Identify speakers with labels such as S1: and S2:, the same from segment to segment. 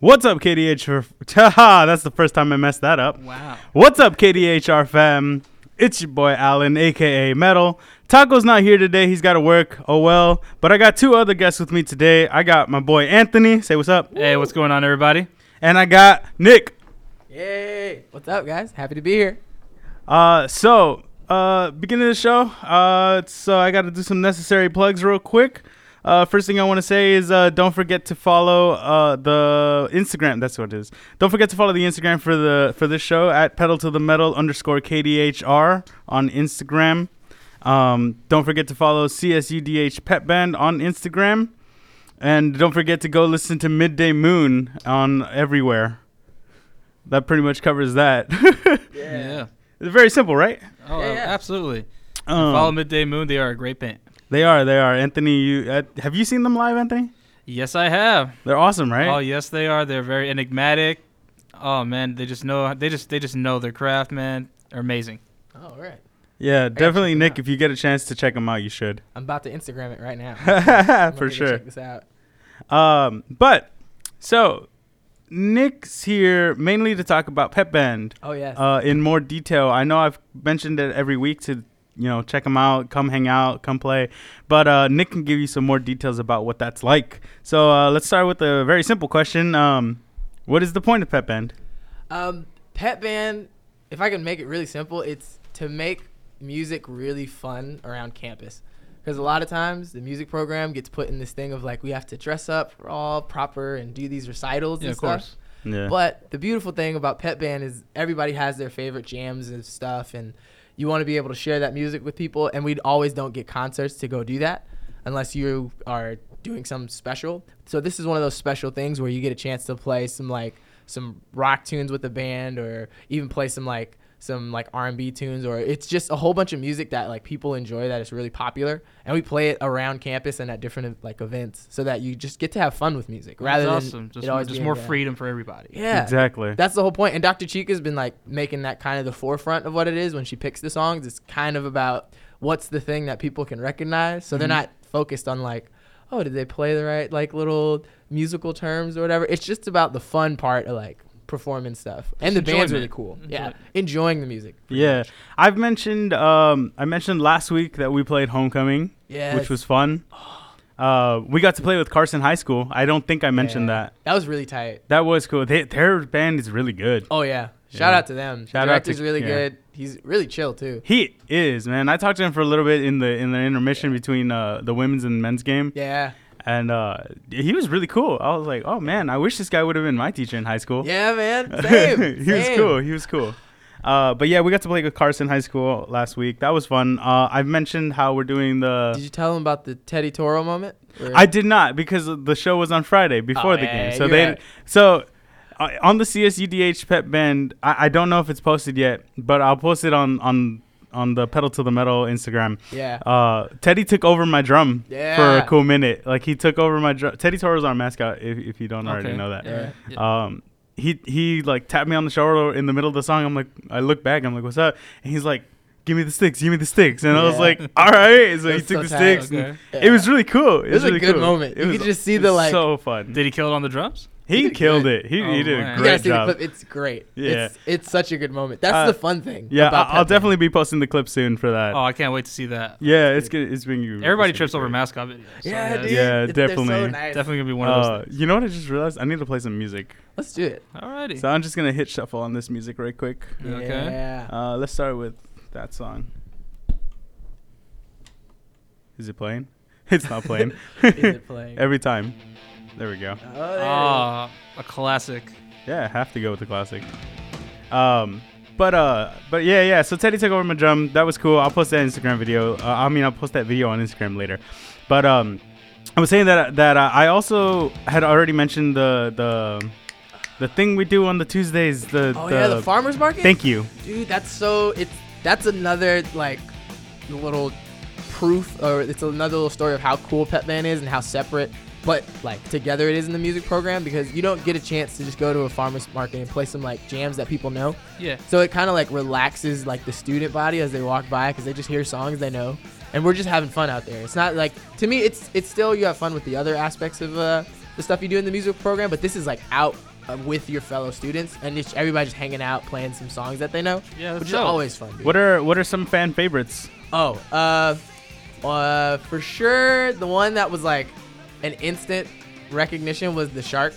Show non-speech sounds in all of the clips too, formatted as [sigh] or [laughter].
S1: What's up, KDH? [laughs] Haha, that's the first time I messed that up.
S2: Wow.
S1: What's up, KDHR fam? It's your boy Alan, aka Metal. Taco's not here today. He's got to work. Oh well. But I got two other guests with me today. I got my boy Anthony. Say what's up.
S2: Hey, what's going on, everybody?
S1: And I got Nick.
S3: Yay! What's up, guys? Happy to be here.
S1: Uh, so uh, beginning of the show. Uh, so I got to do some necessary plugs real quick. Uh, first thing I want to say is uh, don't forget to follow uh, the Instagram. That's what it is. Don't forget to follow the Instagram for the for this show at pedal to the metal underscore kdhr on Instagram. Um, don't forget to follow CSUDH Pet Band on Instagram, and don't forget to go listen to Midday Moon on everywhere. That pretty much covers that. [laughs]
S2: Yeah.
S1: it's very simple, right?
S2: Oh,
S3: Yeah,
S2: uh,
S3: yeah.
S2: absolutely.
S1: Um,
S2: Follow Midday Moon. They are a great band.
S1: They are. They are. Anthony, you uh, have you seen them live, Anthony?
S2: Yes, I have.
S1: They're awesome, right?
S2: Oh, yes, they are. They're very enigmatic. Oh man, they just know. They just they just know their craft, man. They're amazing.
S3: Oh, all right.
S1: yeah, definitely,
S3: check them
S1: Nick.
S3: out.
S1: If you get a chance to check them out, you should
S3: I'm about to Instagram it right
S2: [laughs]
S3: now. [laughs] I'm
S1: for
S3: gonna
S1: sure.
S3: Check this out.
S1: Um, but so Nick's here mainly to talk about Pep Band
S3: Oh yes.
S1: uh, in more detail. I know I've mentioned it every week to you know check them out, come hang out, come play. But uh, Nick can give you some more details about what that's like. So uh, let's start with a very simple question. Um, what is the point of Pep Band?
S3: Um, Pet Band, if I can make it really simple, it's to make music really fun around campus. Because a lot of times the music program gets put in this thing of like we have to dress up all proper and do these recitals
S2: Yeah,
S3: and
S2: of
S3: stuff.
S2: course. [laughs]
S1: Yeah.
S3: But the beautiful thing about Pet Band is everybody has their favorite jams and stuff, and you want to be able to share that music with people. And we always don't get concerts to go do that unless you are doing something special. So this is one of those special things where you get a chance to play some like some rock tunes with the band, or even play some like some like R&B tunes or it's just a whole bunch of music that like people enjoy that is really popular and we play it around campus and at different like events so that you just get to have fun with music rather
S2: That's
S3: than
S2: awesome. Just,
S3: it always
S2: just
S3: being
S2: more
S3: bad.
S2: freedom for everybody.
S3: yeah
S1: Exactly.
S3: that's the whole point. And Dr. Chica's been like making that kind of the forefront of what it is when she picks the songs. It's kind of about what's the thing that people can recognize. So they're
S1: Mm-hmm.
S3: not focused on like, oh, did they play the right like little musical terms or whatever. It's just about the fun part of like performing stuff. And the band's
S2: enjoyment.
S3: really cool. Yeah. Enjoying the music.
S1: Yeah, I've mentioned um, I mentioned last week that we played Homecoming,
S3: Yeah.
S1: which was fun. Uh, we got to play with Carson High School. I don't think I mentioned
S3: Yeah.
S1: that.
S3: That was really tight.
S1: That was cool. They, their band is really good.
S3: Oh yeah. Shout
S1: Yeah.
S3: out to them.
S1: Shout out
S3: the director's
S1: to-
S3: really
S1: yeah.
S3: good. He's really chill too.
S1: He is man. I talked to him for a little bit in the in the intermission between uh, the women's and men's game,
S3: Yeah.
S1: and uh, he was really cool. I was like, oh man, I wish this guy would have been my teacher in high school. [laughs]
S3: Yeah, man. Same.
S1: he was
S3: same.
S1: cool. He was cool. Uh, but yeah, we got to play with Carson High School last week. That was fun. Uh, I've mentioned how we're doing the.
S3: Did you tell him about the Teddy Toro moment? Or-
S1: I did not because the show was on Friday before
S3: Oh,
S1: the
S3: yeah,
S1: game. So
S3: you're
S1: they
S3: right.
S1: so uh, on the CSUDH pep band. I, I don't know if it's posted yet, but I'll post it on on on the pedal to the metal Instagram.
S3: Yeah.
S1: Uh, Teddy took over my drum for
S3: Yeah.
S1: a cool minute. Like he took over my drum. Teddy Toro's our mascot. If, if you don't already
S2: Okay.
S1: know that.
S3: Yeah.
S2: Yeah.
S1: Um, he he like tapped me on the shoulder in the middle of the song. I'm like, I look back. I'm like, what's up? And he's like. Give me the sticks. Give me the sticks. And I was
S3: Yeah.
S1: like, "All right." So he
S3: That's
S1: took
S3: so
S1: the
S3: tight.
S1: sticks. and
S2: Okay.
S3: Yeah.
S1: it was really cool. It,
S3: It was a
S1: really
S3: good
S1: cool.
S3: moment.
S1: It
S3: You
S1: was
S3: could just see
S1: it
S3: the,
S1: was
S3: like-
S1: so fun.
S2: Did he kill it on the drums?
S1: he
S3: did
S1: killed it.
S3: good.
S1: He,
S2: Oh,
S1: he did a
S2: man.
S3: You gotta
S1: great
S3: see the
S1: job.
S3: clip. It's great.
S1: Yeah.
S3: It's, it's such a good moment. That's
S1: Uh,
S3: the fun thing.
S1: Yeah,
S3: about
S1: I, will
S3: Pep Band.
S1: definitely be posting the clip soon for that.
S2: Oh, I can't wait to see that.
S1: yeah, it's good. It's been it's
S2: Everybody
S1: been
S2: trips over
S1: great.
S2: mascot videos.
S3: [laughs]
S2: so
S3: Yeah,
S2: that's
S3: dude.
S1: Yeah,
S3: It- they're so
S1: definitely.
S3: nice.
S2: Definitely gonna be one of those.
S1: Uh, you know what? I just realized I need to play some music.
S3: Let's do it.
S2: things. Alrighty.
S1: So I'm just gonna hit shuffle on this music right quick.
S2: Okay.
S3: Yeah.
S1: Uh, let's start with that song. Is it playing? [laughs] It's not
S2: [laughs]
S1: playing.
S3: [laughs]
S1: [laughs]
S3: Is it playing?
S1: Every time. There we go.
S3: Oh, there it is.
S2: Ah, a classic.
S1: Yeah, I have to go with the classic. Um, but uh, but yeah, yeah. So Teddy took over my drum. That was cool. I'll post that Instagram video. Uh, I mean, I'll post that video on Instagram later. But um, I was saying that that uh, I also had already mentioned the the the thing we do on the Tuesdays. The
S3: oh yeah, the farmers market.
S1: Thank you.
S3: dude. That's so. It's that's another like little proof, or it's another little story of how cool Pet Band is and how separate, but like together it is in the music program because you don't get a chance to just go to a farmers market and play some like jams that people know.
S2: Yeah.
S3: So it kind of like relaxes like the student body as they walk by because they just hear songs they know, and we're just having fun out there. It's not like to me, it's it's still you have fun with the other aspects of uh, the stuff you do in the music program, but this is like out uh, with your fellow students, and it's everybody just hanging out playing some songs that they know.
S2: Yeah, that's
S3: which
S2: dope.
S3: is always fun. Dude.
S1: What are what are some fan favorites?
S3: Oh, uh, uh, for sure, the one that was like an instant recognition was the shark,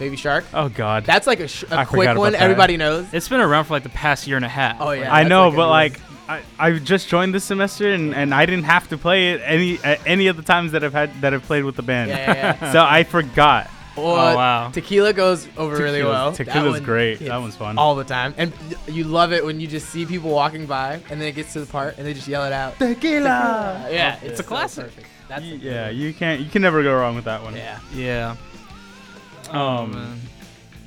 S3: baby shark.
S1: Oh God,
S3: That's like a, sh- a
S1: I
S3: quick
S1: forgot
S3: one.
S1: about that.
S3: Everybody knows.
S2: It's been around for like the past year and a half.
S3: Oh, yeah.
S1: I
S3: that's
S1: know,
S3: like a
S1: but
S3: new
S1: like I, I just joined this semester and, and I didn't have to play it any at any of the times that I've had that I've played with the band.
S3: Yeah, yeah,
S1: [laughs]
S3: yeah.
S1: so I forgot.
S3: Or
S2: Oh, wow.
S3: tequila goes over really
S1: Tequila's-
S3: well.
S1: tequila's
S3: one
S1: great.
S3: hits
S1: That one's fun.
S3: All the time, and you love it when you just see people walking by, and then it gets to the part, and they just yell it out.
S1: Tequila.
S3: Yeah,
S2: it's
S3: so
S2: a classic.
S3: perfect. That's a good
S1: Yeah,
S3: one.
S1: you can't you can never go wrong with that one.
S3: yeah.
S2: Yeah. Oh,
S1: Um,
S2: man.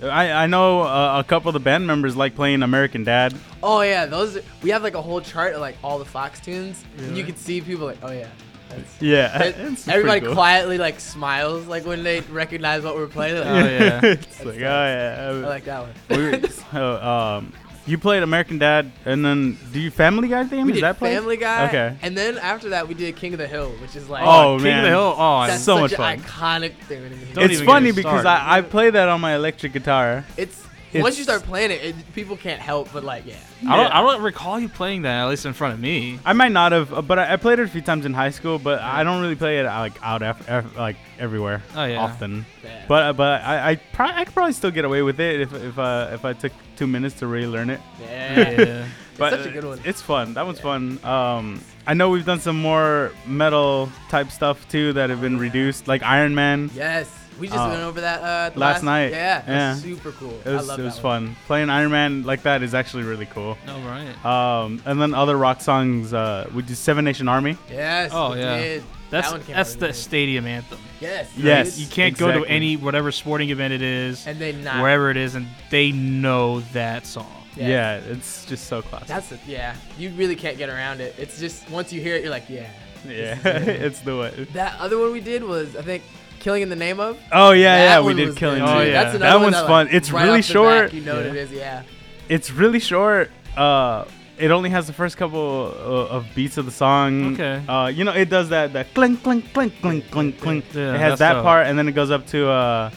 S1: I I know uh, a couple of the band members like playing American Dad.
S3: Oh yeah, those we have like a whole chart of like all the Fox tunes. And you
S2: Really?
S3: can see people like, oh yeah. that's-
S1: [laughs] Yeah,
S3: that-
S1: it's pretty
S3: everybody
S1: [laughs] cool.
S3: quietly like smiles like when they recognize what we're playing. They're like,
S2: Oh, yeah.
S1: it's like oh yeah.
S3: [laughs] I like that one. [laughs]
S1: We were- so, um, you played American Dad, and then do you Family Guy theme?
S3: We
S1: Is
S3: did
S1: that played?
S3: Family Guy.
S1: Okay.
S3: And then after that, we did King of the Hill, which is like
S1: Oh,
S2: King
S1: man.
S2: of the Hill. Oh, I-
S3: that's
S1: so much
S3: such an
S1: fun.
S3: iconic thing. in music.
S2: Don't
S1: it's
S2: even get
S1: funny
S2: us
S1: because
S2: started.
S1: I, I play that on my electric guitar.
S3: It's,
S1: It's-
S3: once you start playing it, it, people can't help but like yeah.
S2: I don't.
S1: Yeah.
S2: I don't recall you playing that at least in front of me.
S1: I might not have, uh, but I, I played it a few times in high school. But I don't really play it uh, like out af- af- like everywhere
S2: Oh, yeah.
S1: often.
S3: Yeah.
S1: But uh, but I I, pro- I could probably still get away with it if if uh, if I took two minutes to relearn it. [laughs]
S3: Yeah.
S2: Yeah.
S1: But uh,
S3: such a good one.
S1: It's fun. That one's fun. Um, I know we've done some more metal type stuff too that have been reduced, like Iron Man.
S3: yes. We just
S1: Oh.
S3: went over that uh, the
S1: Last night.
S3: Yeah, that's
S1: Yeah.
S3: super cool.
S1: It was
S3: I love
S1: it was
S3: that one.
S1: fun. Playing Iron Man like that is actually really cool.
S2: no right.
S1: Um, and then other rock songs. Uh, we did Seven Nation Army.
S3: Yes.
S2: Oh,
S3: we
S2: yeah.
S3: did.
S2: That's
S3: that one came
S2: that's
S3: out
S2: the
S3: really
S2: stadium anthem.
S3: good. yes.
S1: Yes.
S3: dude.
S2: You can't go to
S1: Exactly.
S2: any whatever sporting event it is,
S3: And they not.
S2: wherever it is, and they know that song.
S3: Yeah.
S1: Yeah, it's just so classic.
S3: That's the yeah. You really can't get around it. It's just once you hear it, you're like yeah.
S1: Yeah, [laughs] it's the way.
S3: That other one we did was I think killing in the name of.
S1: Oh yeah,
S3: That
S1: yeah, we
S3: one
S1: did
S3: was
S1: killing.
S3: good,
S2: Oh,
S3: too.
S2: yeah.
S3: That's
S1: that
S3: another one
S1: one's
S3: that,
S1: fun.
S3: like,
S1: It's
S3: right
S1: really
S3: off the back,
S1: short.
S3: you know what it
S2: Yeah.
S3: is, yeah.
S1: It's really short. Uh, it only has the first couple uh, of beats of the song.
S2: Okay.
S1: Uh, you know, it does that that clink clink clink clink clink clink.
S2: Yeah,
S1: it has
S2: that's
S1: that
S2: dope.
S1: part, and then it goes up to uh,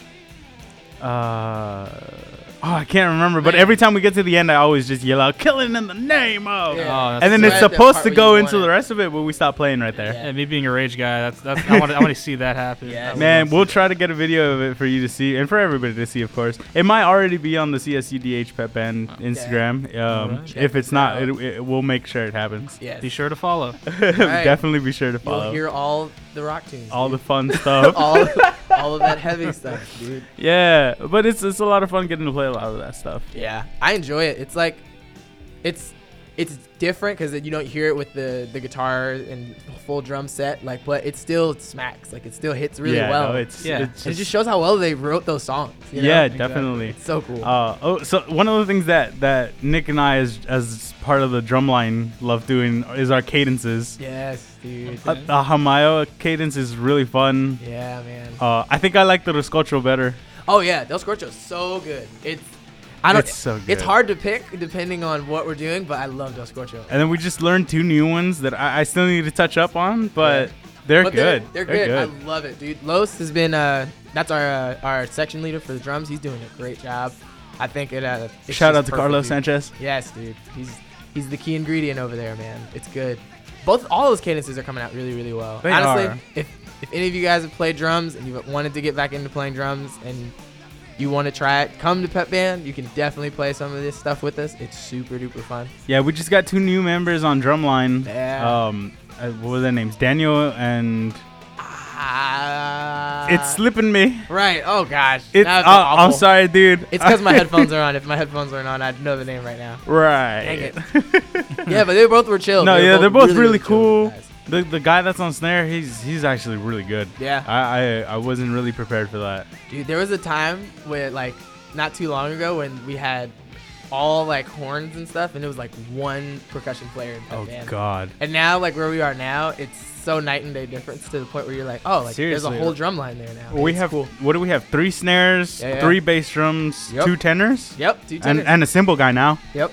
S1: uh. Oh, I can't remember, but
S3: Man.
S1: every time we get to the end, I always just yell out "Killing in the name of,"
S3: Yeah.
S2: Oh, that's
S1: and then
S2: dope.
S1: it's
S3: Right at that
S1: supposed
S3: part
S1: to
S3: where
S1: go
S3: you
S1: into
S3: want
S1: the
S3: it.
S1: rest of it, but we stop playing right there.
S2: Yeah, me being a rage guy, that's that's I want I want to see that happen.
S3: Yeah.
S2: I would
S1: Man,
S2: love to
S1: we'll
S2: see
S1: try to get a video of it for you to see and for everybody to see, of course. It might already be on the CSUDH Pep Band Instagram. Um,
S2: Alright.
S1: If it's not,
S3: Check
S1: it,
S3: it out.
S1: it, we'll make sure it happens. [laughs]
S2: that.
S3: Yes.
S2: Be sure to follow.
S3: Alright.
S1: Definitely be sure to
S3: You'll
S1: follow
S3: hear all the rock tunes.
S1: all the
S3: dude. [laughs]
S1: fun [laughs] stuff.
S3: all all of that heavy stuff, dude.
S1: yeah, but it's it's a lot of fun getting to play a lot of that stuff.
S3: Yeah, I enjoy it. It's like, it's it's different because you don't hear it with the the guitar and full drum set. Like, but it still smacks. Like, it still hits really
S1: yeah,
S3: well.
S1: no, it's,
S2: Yeah.
S1: it's
S3: And it
S1: just-
S3: just shows how well they wrote those songs. you know?
S1: yeah,
S2: exactly.
S1: definitely.
S3: it's so cool.
S1: Uh, oh, so one of the things that, that Nick and I, as, as part of the drumline, love doing is our cadences.
S3: yes, dude.
S1: Uh, the Hamayo cadence is really fun.
S3: yeah, man.
S1: Uh, I think I like the Roscocho better.
S3: Oh yeah, Del Scorcho's so good. It's I don't.
S1: It's so good.
S3: It's hard to pick depending on what we're doing, but I love Del Scorcho.
S1: And then we just learned two new ones that I, I still need to touch up on, but they're
S3: But
S1: good.
S3: They're, good. I love it, dude. Los has been uh, that's our uh, our section leader for the drums. He's doing a great job. I think it. Uh, it's
S1: Shout
S3: just
S1: out to
S3: perfect,
S1: Carlos
S3: dude.
S1: Sanchez.
S3: Yes, dude. He's he's the key ingredient over there, man. It's good. Both all those cadences are coming out really, really well.
S1: They
S3: Honestly,
S1: are.
S3: if if any of you guys have played drums and you've wanted to get back into playing drums and you want to try it, come to Pep Band. You can definitely play some of this stuff with us. It's super duper fun.
S1: Yeah, we just got two new members on drumline.
S3: Yeah. Uh,
S1: Um, uh, what were their names? Daniel and
S3: Ah,
S1: it's slipping me.
S3: right. Oh gosh,
S1: It's
S3: That
S1: uh,
S3: would be
S1: I'm
S3: awful.
S1: sorry, dude.
S3: It's
S1: [laughs]
S3: because my headphones are on. If my headphones weren't on, I'd know the name right now.
S1: right.
S3: Dang it. yeah, but they both were
S1: [laughs]
S3: chill.
S1: no,
S3: They were
S1: yeah, they're both really,
S3: chill
S1: cool.
S3: guys.
S1: The, the guy that's on snare, he's he's actually really good.
S3: Yeah.
S1: I, I I wasn't really prepared for that.
S3: Dude, there was a time where, like, not too long ago when we had all, like, horns and stuff, and it was, like, one percussion player in that
S1: Oh
S3: band.
S1: God.
S3: And now, like, where we are now, it's so night and day difference to the point where you're like, oh, like,
S1: Seriously.
S3: there's a whole drum line there now.
S1: we
S3: It's
S1: have
S3: cool.
S1: what do we have? Three snares,
S3: Yeah, yeah.
S1: three bass drums,
S3: Yep.
S1: two tenors.
S3: Yep, two
S1: and
S3: tenors.
S1: and a cymbal guy now.
S3: Yep.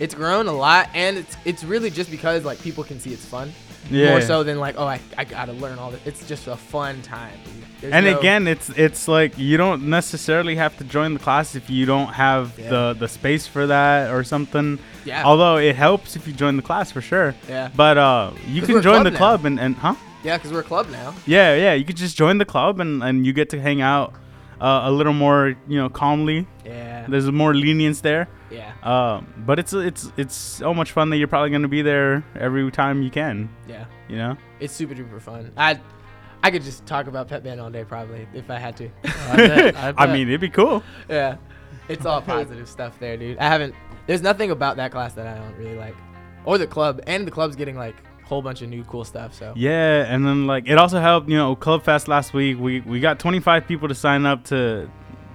S3: It's grown a lot, and it's it's really just because like people can see it's fun.
S1: Yeah,
S3: more
S1: yeah.
S3: so than like, oh, I, I gotta learn all this. It's just a fun time. dude. There's
S1: and
S3: no-
S1: again, it's it's like you don't necessarily have to join the class if you don't have
S3: Yeah.
S1: the the space for that or something.
S3: yeah,
S1: Although it helps if you join the class for sure.
S3: yeah,
S1: But uh, you
S3: 'Cause
S1: can
S3: we're a
S1: join
S3: club
S1: the
S3: now.
S1: club and, and huh?
S3: yeah, because we're a club now.
S1: Yeah, yeah. You could just join the club and, and you get to hang out uh, a little more, you know, calmly.
S3: Yeah,
S1: There's more lenience there.
S3: yeah,
S1: Um, but it's it's it's so much fun that you're probably gonna be there every time you can.
S3: yeah.
S1: You know.
S3: It's super duper fun. I, I could just talk about Pet Band all day probably if I had to. [laughs]
S2: I, bet, I,
S1: I
S2: bet.
S1: mean, it'd be cool.
S3: yeah, it's all positive stuff there, dude. I haven't. There's nothing about that class that I don't really like, or the club. And the club's getting like a whole bunch of new cool stuff. So
S1: Yeah, and then like it also helped. You know, Club Fest last week, we we got 25 people to sign up to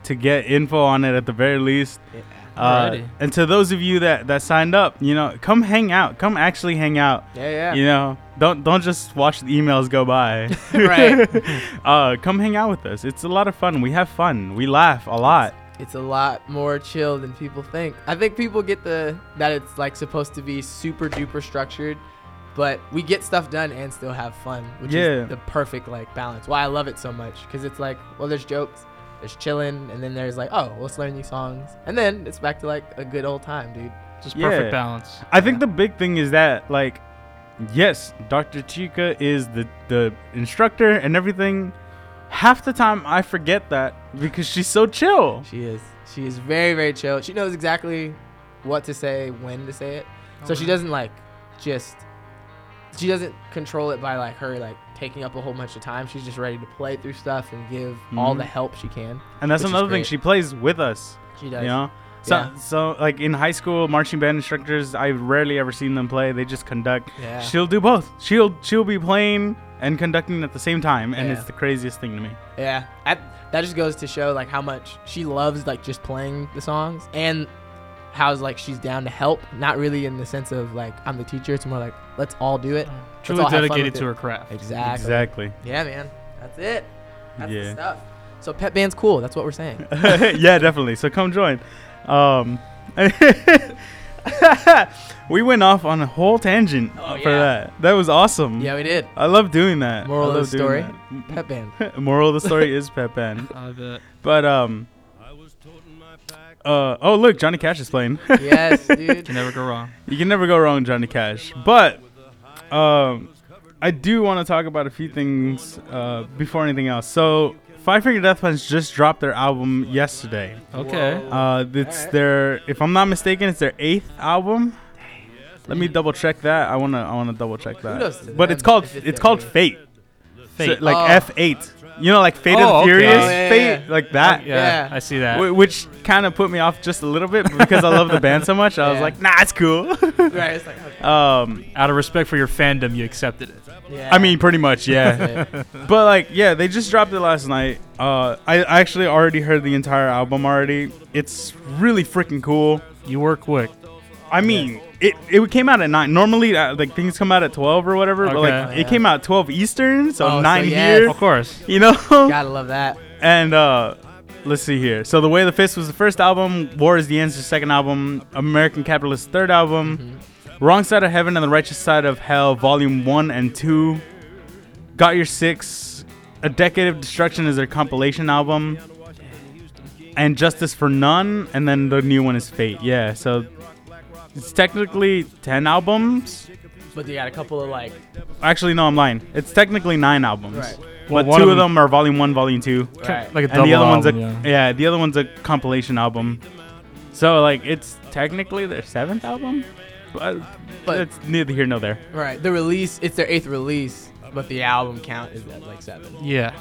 S1: to get info on it at the very least.
S3: yeah,
S1: Uh,
S2: Alrighty.
S1: and to those of you that that signed up, you know, come hang out. Come actually hang out.
S3: yeah,
S1: You
S3: yeah.
S1: know, don't don't just watch the emails go by.
S2: [laughs]
S3: Right.
S1: [laughs] uh, come hang out with us. It's a lot of fun. We have fun. We laugh a lot.
S3: It's a lot more chill than people think. I think people get the that it's like supposed to be super duper structured, but we get stuff done and still have fun, which
S1: Yeah.
S3: is the perfect like balance. Why I love it so much because it's like, well, there's jokes, there's chilling, and then there's like, oh, let's learn new songs, and then it's back to like a good old time, dude.
S2: just
S1: Yeah.
S2: perfect balance.
S1: I think the big thing is that like yes, Dr. Chica is the the instructor and everything. Half the time I forget that because she's so chill.
S3: She is. She is very, very chill. She knows exactly what to say, when to say it. So she
S2: Alright.
S3: doesn't like just she doesn't control it by like her like taking up a whole bunch of time. She's just ready to play through stuff and give all
S1: Mhm.
S3: the help she can.
S1: And that's
S3: Which is
S1: another thing
S3: great.
S1: she plays with us,
S3: Mm-hmm. She does.
S1: you know. So
S3: Yeah.
S1: so like in high school marching band instructors, I've rarely ever seen them play. They just conduct.
S3: Yeah.
S1: She'll do both. She'll she'll be playing and conducting at the same time and
S3: Yeah.
S1: it's the craziest thing to me.
S3: Yeah. I, that just goes to show like how much she loves like just playing the songs and how's like she's down to help. Not really in the sense of like I'm the teacher. It's more like let's all do it. Let's
S2: truly
S3: all have fun
S2: dedicated
S3: with
S2: to
S3: it.
S2: her craft.
S3: Exactly.
S1: Exactly.
S3: Yeah, man. That's it. That's
S1: Yeah.
S3: the stuff. So pet band's cool. That's what we're saying.
S1: [laughs] yeah, definitely. So come join. Um, [laughs] we went off on a whole tangent
S3: Oh,
S1: for
S3: yeah.
S1: that. That was awesome.
S3: yeah, we did.
S1: I love doing that.
S3: Moral
S1: I
S3: of
S1: love
S3: the
S1: doing
S3: story?
S1: that.
S3: Pet
S1: [laughs]
S3: band.
S1: Moral of the story is Pep Band.
S2: I bet.
S1: But um,
S4: I was toting my pack.
S1: uh, oh look, Johnny Cash is playing. [laughs]
S3: yes, dude.
S2: Can never go wrong.
S1: you can never go wrong, with Johnny Cash. But um, I do want to talk about a few things uh, before anything else. So Five Finger Death Punch just dropped their album yesterday.
S2: Okay.
S1: Uh, it's their, if I'm not mistaken, it's their eighth album. Let me double check that. I wanna, I wanna double check
S3: Kudos
S1: that.
S3: to
S1: But
S3: them
S1: it's called,
S3: if it's
S1: it's
S3: their
S1: called
S3: eighth.
S1: Fate.
S2: Fate.
S1: So, like
S3: Oh.
S1: F eight. You know, like Fate
S2: Oh,
S1: of
S2: okay.
S1: the Furious,
S2: Oh,
S3: yeah, yeah,
S1: Fate,
S3: yeah.
S1: like that.
S2: yeah,
S3: Yeah.
S2: I see that.
S1: Wh- Which kind of put me off just a little bit because I love the band so much. I was
S3: Yeah.
S1: like, nah, it's
S3: [laughs]
S1: cool.
S3: right. It's like, okay.
S1: um,
S2: Out of respect for your fandom, you accepted it.
S3: yeah.
S1: I mean, pretty much,
S3: [laughs]
S1: yeah. but like, yeah, they just dropped it last night. Uh, I I actually already heard the entire album already. It's really freaking cool.
S2: You were quick.
S1: I mean, it, it came out at nine. Normally, uh, like things come out at twelve or whatever, but like
S2: Okay.
S1: it came out twelve Eastern, so
S3: Oh, so
S1: nine
S3: yes.
S1: here.
S2: Of course.
S1: You know,
S3: gotta love that.
S1: and uh, let's see here. So the way of the fist was the first album. War is the answer. Second album. American Capitalist. Third album.
S2: Mm-hmm.
S1: Wrong side of heaven and the righteous side of hell. Volume one and two. Got your six. A decade of destruction is their compilation album. And justice for none, and then the new one is fate. Yeah, so it's technically ten albums.
S3: But they got a couple of like.
S1: Actually, no, I'm lying. It's technically nine albums.
S3: Right.
S1: But
S2: one
S1: two
S2: of
S1: of them are volume one, volume two,
S3: Right.
S2: Like a double
S1: and the other one's a
S2: album,
S1: yeah. the other one's a compilation album. So like, it's technically their seventh album, but,
S3: But-
S1: it's neither here nor there.
S3: right. The release. It's their eighth release, but the album count is at like seven.
S2: yeah.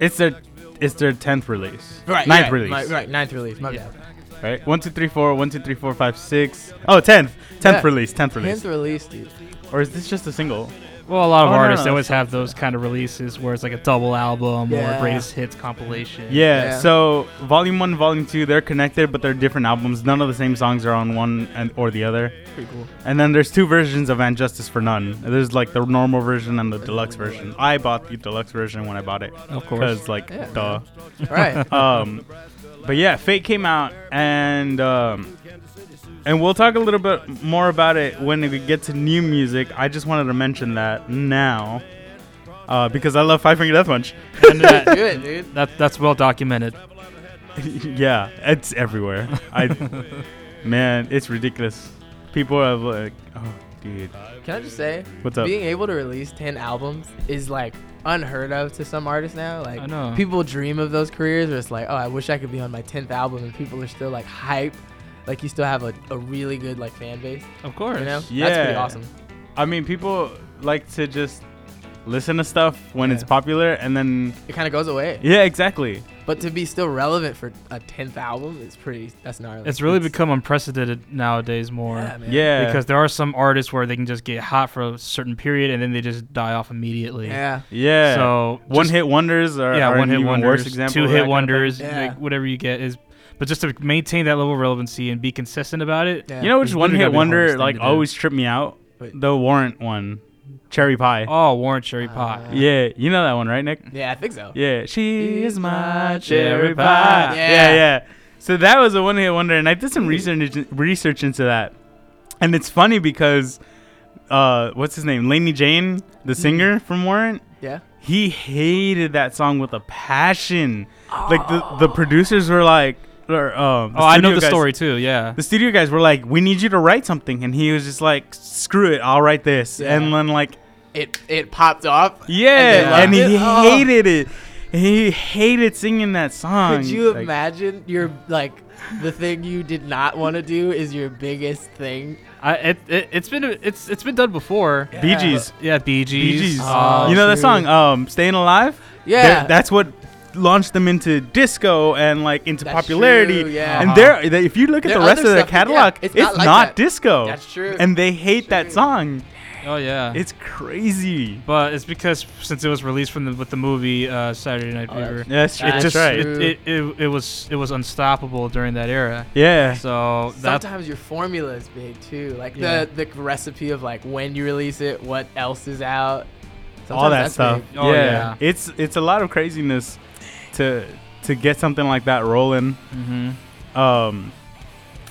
S1: It's their it's their tenth release,
S3: Right.
S1: Ninth
S3: right,
S1: release,
S3: my- right. Ninth release. My
S2: Yeah.
S3: bad.
S1: right? One, two, three, four. One, two, three, four, five, six. Oh, tenth, tenth
S3: Yeah.
S1: release, tenth release.
S3: Tenth release, dude.
S1: Or is this just a single?
S2: Well, a lot of
S1: Oh, no,
S2: artists
S1: no,
S2: always have those kind of releases where it's like a double album or
S3: Yeah.
S2: greatest hits compilation.
S1: Yeah,
S3: Yeah.
S1: So volume one, volume two, they're connected, but they're different albums. None of the same songs are on one and or the other.
S3: Pretty cool.
S1: And then there's two versions of And Justice for None. There's like the normal version and the deluxe version. I bought the deluxe version when I bought it.
S2: Of course.
S1: Because, like,
S3: Yeah.
S1: duh.
S3: All right.
S1: Um, But yeah, Fate came out, and um, and we'll talk a little bit more about it when we get to new music. I just wanted to mention that now, uh, because I love Five Finger Death Punch. [laughs]
S2: And that,
S3: Do it, dude.
S2: that- that's well documented.
S1: yeah, it's everywhere. I, man, it's ridiculous. People are like, oh, dude,
S3: Can I just say,
S1: What's up?
S3: being able to release 10 albums is like unheard of to some artists now. Like,
S2: I know.
S3: people dream of those careers where it's like, oh, I wish I could be on my 10th album, and people are still like hype. Like, you still have a, a really good like fan base.
S2: Of course.
S3: You know? That's pretty
S1: Yeah.
S3: awesome.
S1: I mean, people like to just listen to stuff when it's
S3: Yeah.
S1: popular, and then
S3: It kind of goes away.
S1: yeah, exactly.
S3: But to be still relevant for a 10th album is pretty, that's gnarly.
S2: It's really become unprecedented nowadays more.
S3: Yeah, man.
S1: Yeah,
S2: Because there are some artists where they can just get hot for a certain period and then they just die off immediately.
S3: Yeah.
S1: yeah.
S2: So
S1: one
S2: just-
S1: hit wonders are,
S2: yeah,
S1: are
S2: one
S1: an
S2: hit
S1: even
S2: wonders,
S1: worse example.
S2: two
S1: of that
S2: hit
S1: kind of
S2: wonders,
S3: thing. Yeah.
S2: like, whatever you get is. But just to maintain that level of relevancy and be consistent about it.
S3: yeah.
S1: You know
S2: It's
S1: which one
S2: literally gotta
S1: hit
S2: be the
S1: wonder
S2: hardest thing
S1: like
S2: to do.
S1: always tripped me out?
S3: Wait.
S1: The warrant one. Cherry pie.
S2: Oh, Warrant Cherry Pie.
S3: Uh,
S1: Yeah, you know that one, right, Nick?
S3: yeah, I think so.
S1: Yeah. She is my
S2: cherry
S1: cherry
S2: pie.
S1: pie.
S3: Yeah.
S1: Yeah, yeah. So that was a one hit wonder and I did some research research into that. And it's funny because uh what's his name? Laney Jane, the singer from Warrant,
S3: Yeah.
S1: he hated that song with a passion. Like the the producers were like or, um,
S2: Oh, I know
S1: studio
S2: the
S1: guys-
S2: story too. Yeah.
S1: the studio guys were like, "We need you to write something," and he was just like, "Screw it, I'll write this."
S3: Yeah.
S1: And then like,
S3: It it popped off.
S1: yeah,
S3: And
S1: and,
S3: they loved
S1: he
S3: it? Oh.
S1: hated it. He hated singing that song.
S3: Could you
S1: Like,
S3: imagine your like the thing you did not want to do is your biggest thing?
S2: I, it, it, it's been it's it's been done before.
S1: Bee Gees,
S2: Yeah, Bee Gees.
S1: Bee Gees.
S2: Uh,
S1: you know that
S3: Oh, dude.
S1: song, um, "Staying Alive."
S3: Yeah.
S1: That- that's what launched them into disco and like into
S3: That's
S1: popularity.
S3: true, yeah.
S1: And
S2: Uh-huh.
S1: they're they, if you look at
S3: Their
S1: the rest of
S3: other
S1: their
S3: stuff, yeah,
S1: catalog,
S3: it's
S1: it's,
S3: not
S1: not,
S3: like that.
S1: disco.
S3: That's true.
S1: And they hate that song.
S2: oh yeah.
S1: It's crazy.
S2: but it's because since it was released from the with the movie uh, Saturday Night
S3: Oh,
S2: Fever,
S1: That's,
S3: That's
S1: that's just
S3: true.
S1: right.
S2: it, it, it, it was it was unstoppable during that era.
S1: Yeah.
S2: So that's
S3: Sometimes your formula is big too, like
S2: Yeah.
S3: the the recipe of like when you release it, what else is out, Sometimes
S1: all that
S3: that's
S1: stuff.
S3: big.
S2: Oh,
S1: yeah.
S2: yeah.
S1: it's it's a lot of craziness to to get something like that rolling.
S2: hmm
S3: Mm-hmm.
S1: Um,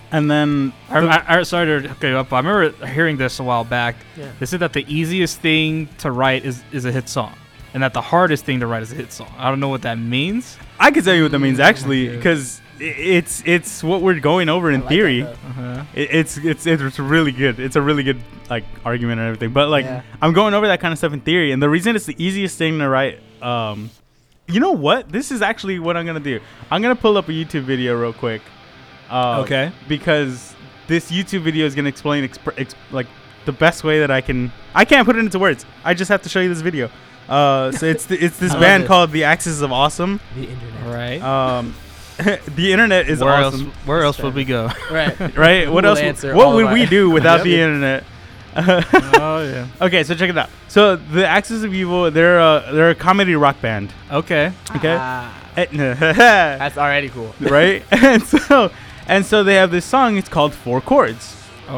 S1: and then
S2: I, I, I sorry to hook you up. but I remember hearing this a while back.
S3: Yeah.
S2: They said that the easiest thing to write is, is a hit song, and that the hardest thing to write is a hit song. I don't know what that means.
S1: I could tell you what that means
S3: Mm,
S1: actually,
S3: okay.
S1: because it's it's what we're going over in
S3: I like that
S1: theory.
S3: though.
S2: Uh-huh.
S1: It- it's it's it's really good. It's a really good like argument and everything. But like
S3: Yeah.
S1: I'm going over that kind of stuff in theory, and the reason it's the easiest thing to write. Um, you know what? This is actually what I'm gonna do. I'm gonna pull up a YouTube video real quick. Uh,
S2: Okay.
S1: Because this YouTube video is gonna explain exp- ex- like the best way that I can. I can't put it into words. I just have to show you this video. Uh, so it's th- it's this
S3: [laughs] I love
S1: band
S3: this.
S1: called the Axis of Awesome.
S3: The internet.
S2: All right.
S1: Um, [laughs] the internet is
S2: where
S1: awesome
S2: else? Where else would we go?
S3: Right.
S1: right? What
S3: will
S1: else?
S3: answer all
S1: What
S3: of
S1: would
S3: our-
S1: we
S3: [laughs]
S1: do without the
S3: Yep.
S1: internet? [laughs]
S2: oh yeah.
S1: okay, so check it out. So the Axis of Evil, they're a, they're a comedy rock band. [laughs]
S2: Okay.
S1: [laughs] Okay,
S3: Ah,
S1: Eh,
S3: that's already cool.
S1: right? [laughs] and so and so they have this song. It's called Four Chords,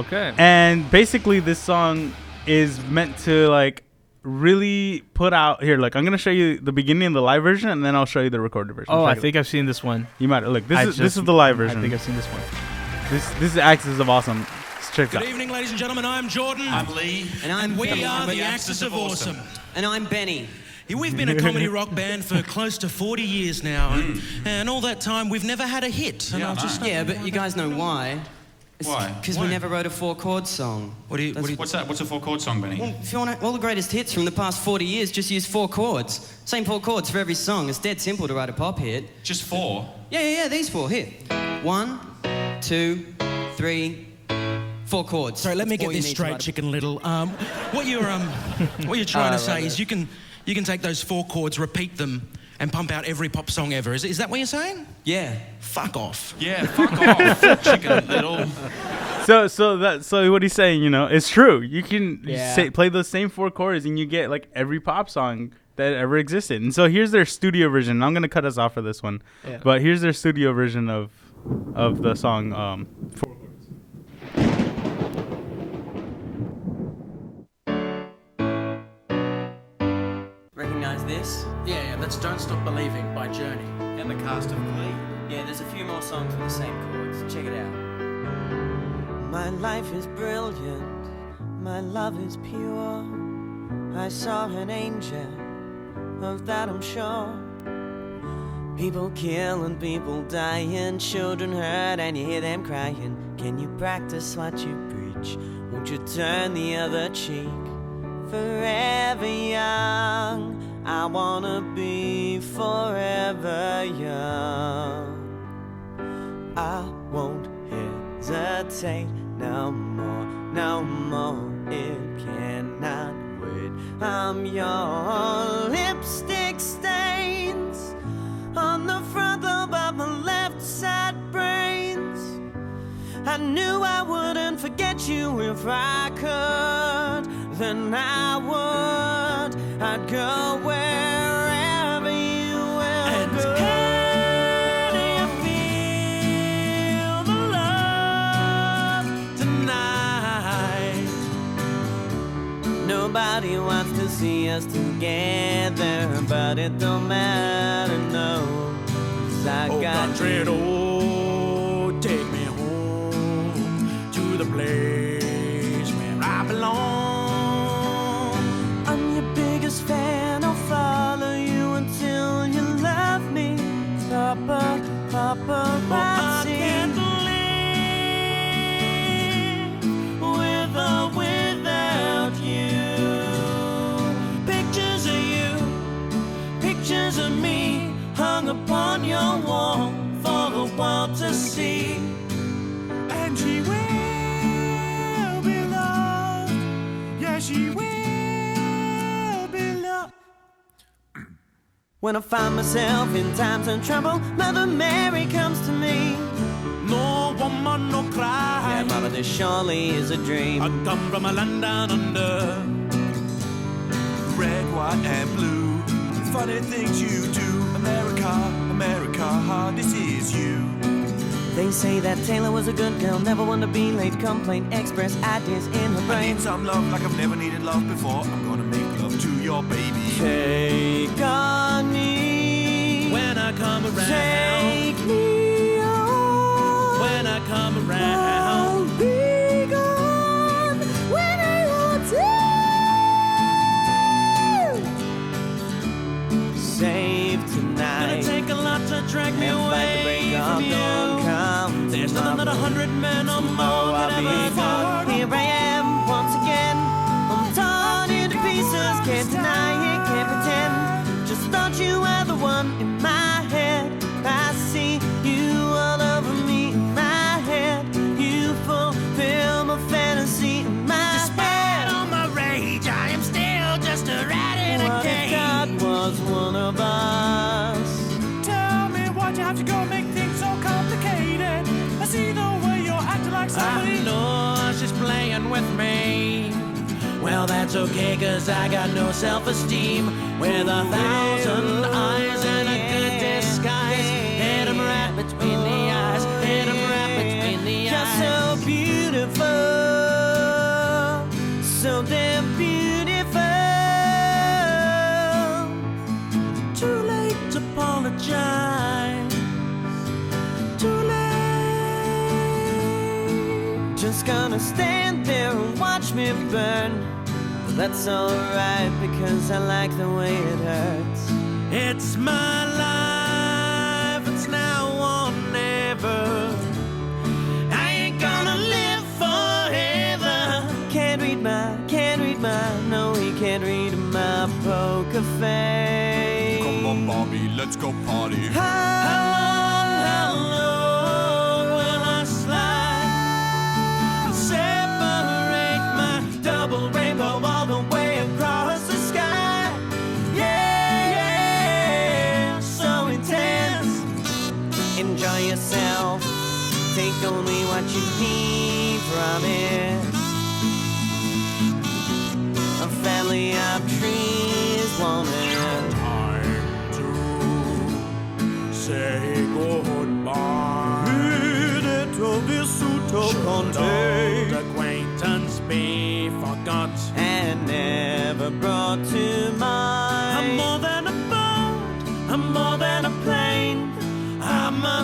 S2: Okay.
S1: and basically this song is meant to like really put out here. Look, I'm gonna show you the beginning of the live version, and then I'll show you the recorded version.
S2: oh,
S1: Check
S2: I
S1: it out.
S2: think I've seen this one.
S1: you might look. This
S2: I
S1: is this
S2: just-
S1: is the live version.
S2: I think I've seen this one.
S1: this this is Axis of Awesome. Let's check it
S5: Good
S1: out.
S5: evening, ladies and gentlemen. I'm Jordan.
S6: I'm Lee. And I'm
S5: we
S6: Benny.
S5: are
S6: I'm
S5: the
S6: with
S5: Axis of Awesome.
S6: And I'm Benny.
S5: Yeah, We've been a
S6: [laughs]
S5: comedy rock band for close to 40 years now, and, and all that time we've never had a hit. And
S6: Hmm. Yeah,
S5: I've just
S6: yeah, but you guys know why.
S7: Why?
S6: Because we
S7: Why?
S6: never wrote a four chord song.
S5: What do you- what
S6: That's-
S5: do you-
S7: What's that? What's a four chord song, Benny?
S6: Well, if you want all the greatest hits from the past 40 years just use four chords. Same four chords for every song. It's dead simple to write a pop hit.
S7: Just four.
S6: Yeah, yeah, yeah, these four. Here. One, two, three, four chords.
S5: Sorry, let me
S6: That's all
S5: get
S6: you
S5: this
S6: need to
S5: straight,
S6: write a-
S5: Chicken Little. Um, what you're um, what you're
S6: [laughs]
S5: trying
S3: I
S5: to say
S3: love
S5: is
S3: it.
S5: you can you can take those four chords, repeat them, and pump out every pop song ever. Is, is that what you're saying?
S6: Yeah.
S5: Fuck off.
S7: Yeah, fuck
S6: [laughs]
S7: off, chicken little.
S1: So so that so what he's saying, you know, it's true. You can
S3: Yeah.
S1: say, play those same four chords and you get like every pop song that ever existed. And so here's their studio version. I'm gonna cut us off for this one,
S3: Yeah.
S1: but here's their studio version of of the song. Um, four chords.
S6: Recognize this?
S8: Yeah, yeah, that's Don't Stop Believing by Journey. And the cast of Glee.
S3: Yeah, there's a few more songs with the same chords. Check it out. My life is brilliant. My love is pure. I saw an angel. Of that I'm sure. People kill and people dying. Children hurt and you hear them crying. Can you practice what you preach? Won't you turn the other cheek? Forever young. I wanna be forever young. I won't hesitate no more, no more. It cannot wait. I'm your lipstick stains on the front lobe of my left side brains. I knew I wouldn't forget you if I could. Then I would. I'd go wherever you will and go. Can you feel the love tonight? Nobody wants to see us together, but it don't matter, no. 'cause I
S8: Oh,
S3: got
S8: country road, take me home to the place where I belong.
S3: I'm your biggest fan. I'll follow you until you love me. Papa, Papa, I can't believe with or without you. Pictures of you, pictures of me hung upon your wall for the world to see.
S8: And she will be loved. Yeah, she will be loved.
S3: When I find myself in times of trouble, Mother Mary comes to me.
S8: No woman, no
S3: Yeah,
S8: cry.
S3: Mama, this surely is a dream.
S8: I come from a land down under. Red, white, and blue. Funny things you do. America, America, this is you.
S3: They say that Taylor was a good girl, never one to be late, complain, express ideas in her
S8: I
S3: brain.
S8: need some love like I've never needed love before. I'm gonna make love to your baby.
S3: Take on me.
S5: When I come around,
S3: Take me on.
S5: when I come around,
S3: I'll be gone when I want to. Save
S5: gonna
S3: tonight.
S5: take a lot to drag me
S3: and fight the
S5: away
S3: break of
S5: from
S3: dawn.
S5: you.
S3: Come
S5: There's nothing that a
S3: tomorrow.
S5: hundred men or
S3: Oh,
S5: more
S3: I'll
S5: could
S3: be
S5: ever
S3: gone.
S5: do.
S3: Here I am once again. I'm torn into pieces. Can't deny it, can't pretend. Just thought you were the one in my head. I see you all over me in my head. You fulfill my fantasy in my head.
S5: All my rage, I am still just a rat in a
S3: What if
S5: cage.
S3: God was one of us?
S8: Tell me why you have to go make things so complicated. I see the way you're acting like
S5: I know she's playing with me. Well, that's okay, cause I got no self esteem. With a thousand eyes and a good disguise. Hit 'em right between the
S8: oh,
S5: eyes. Hit 'em right between the
S3: Just
S5: eyes.
S3: so beautiful, so damn beautiful. Too late to apologize. Too late. Just gonna stand there and watch me burn. But that's alright because I like the way it hurts.
S5: It's my life, it's now or never. I ain't gonna live forever.
S3: Can't read my, can't read my, no, he can't read my poker face.
S8: Come on, Bobby, let's go party.
S3: How long will I slide and separate my double rainbow all the way across the sky? Yeah, yeah, so intense. Enjoy yourself, take only what you need from it. A family of trees, woman.
S8: Time to say goodbye. Little Visuto Conte. acquaintance be forgot.
S3: and never brought to mind.
S5: I'm more than a boat, I'm more than a plane. I'm a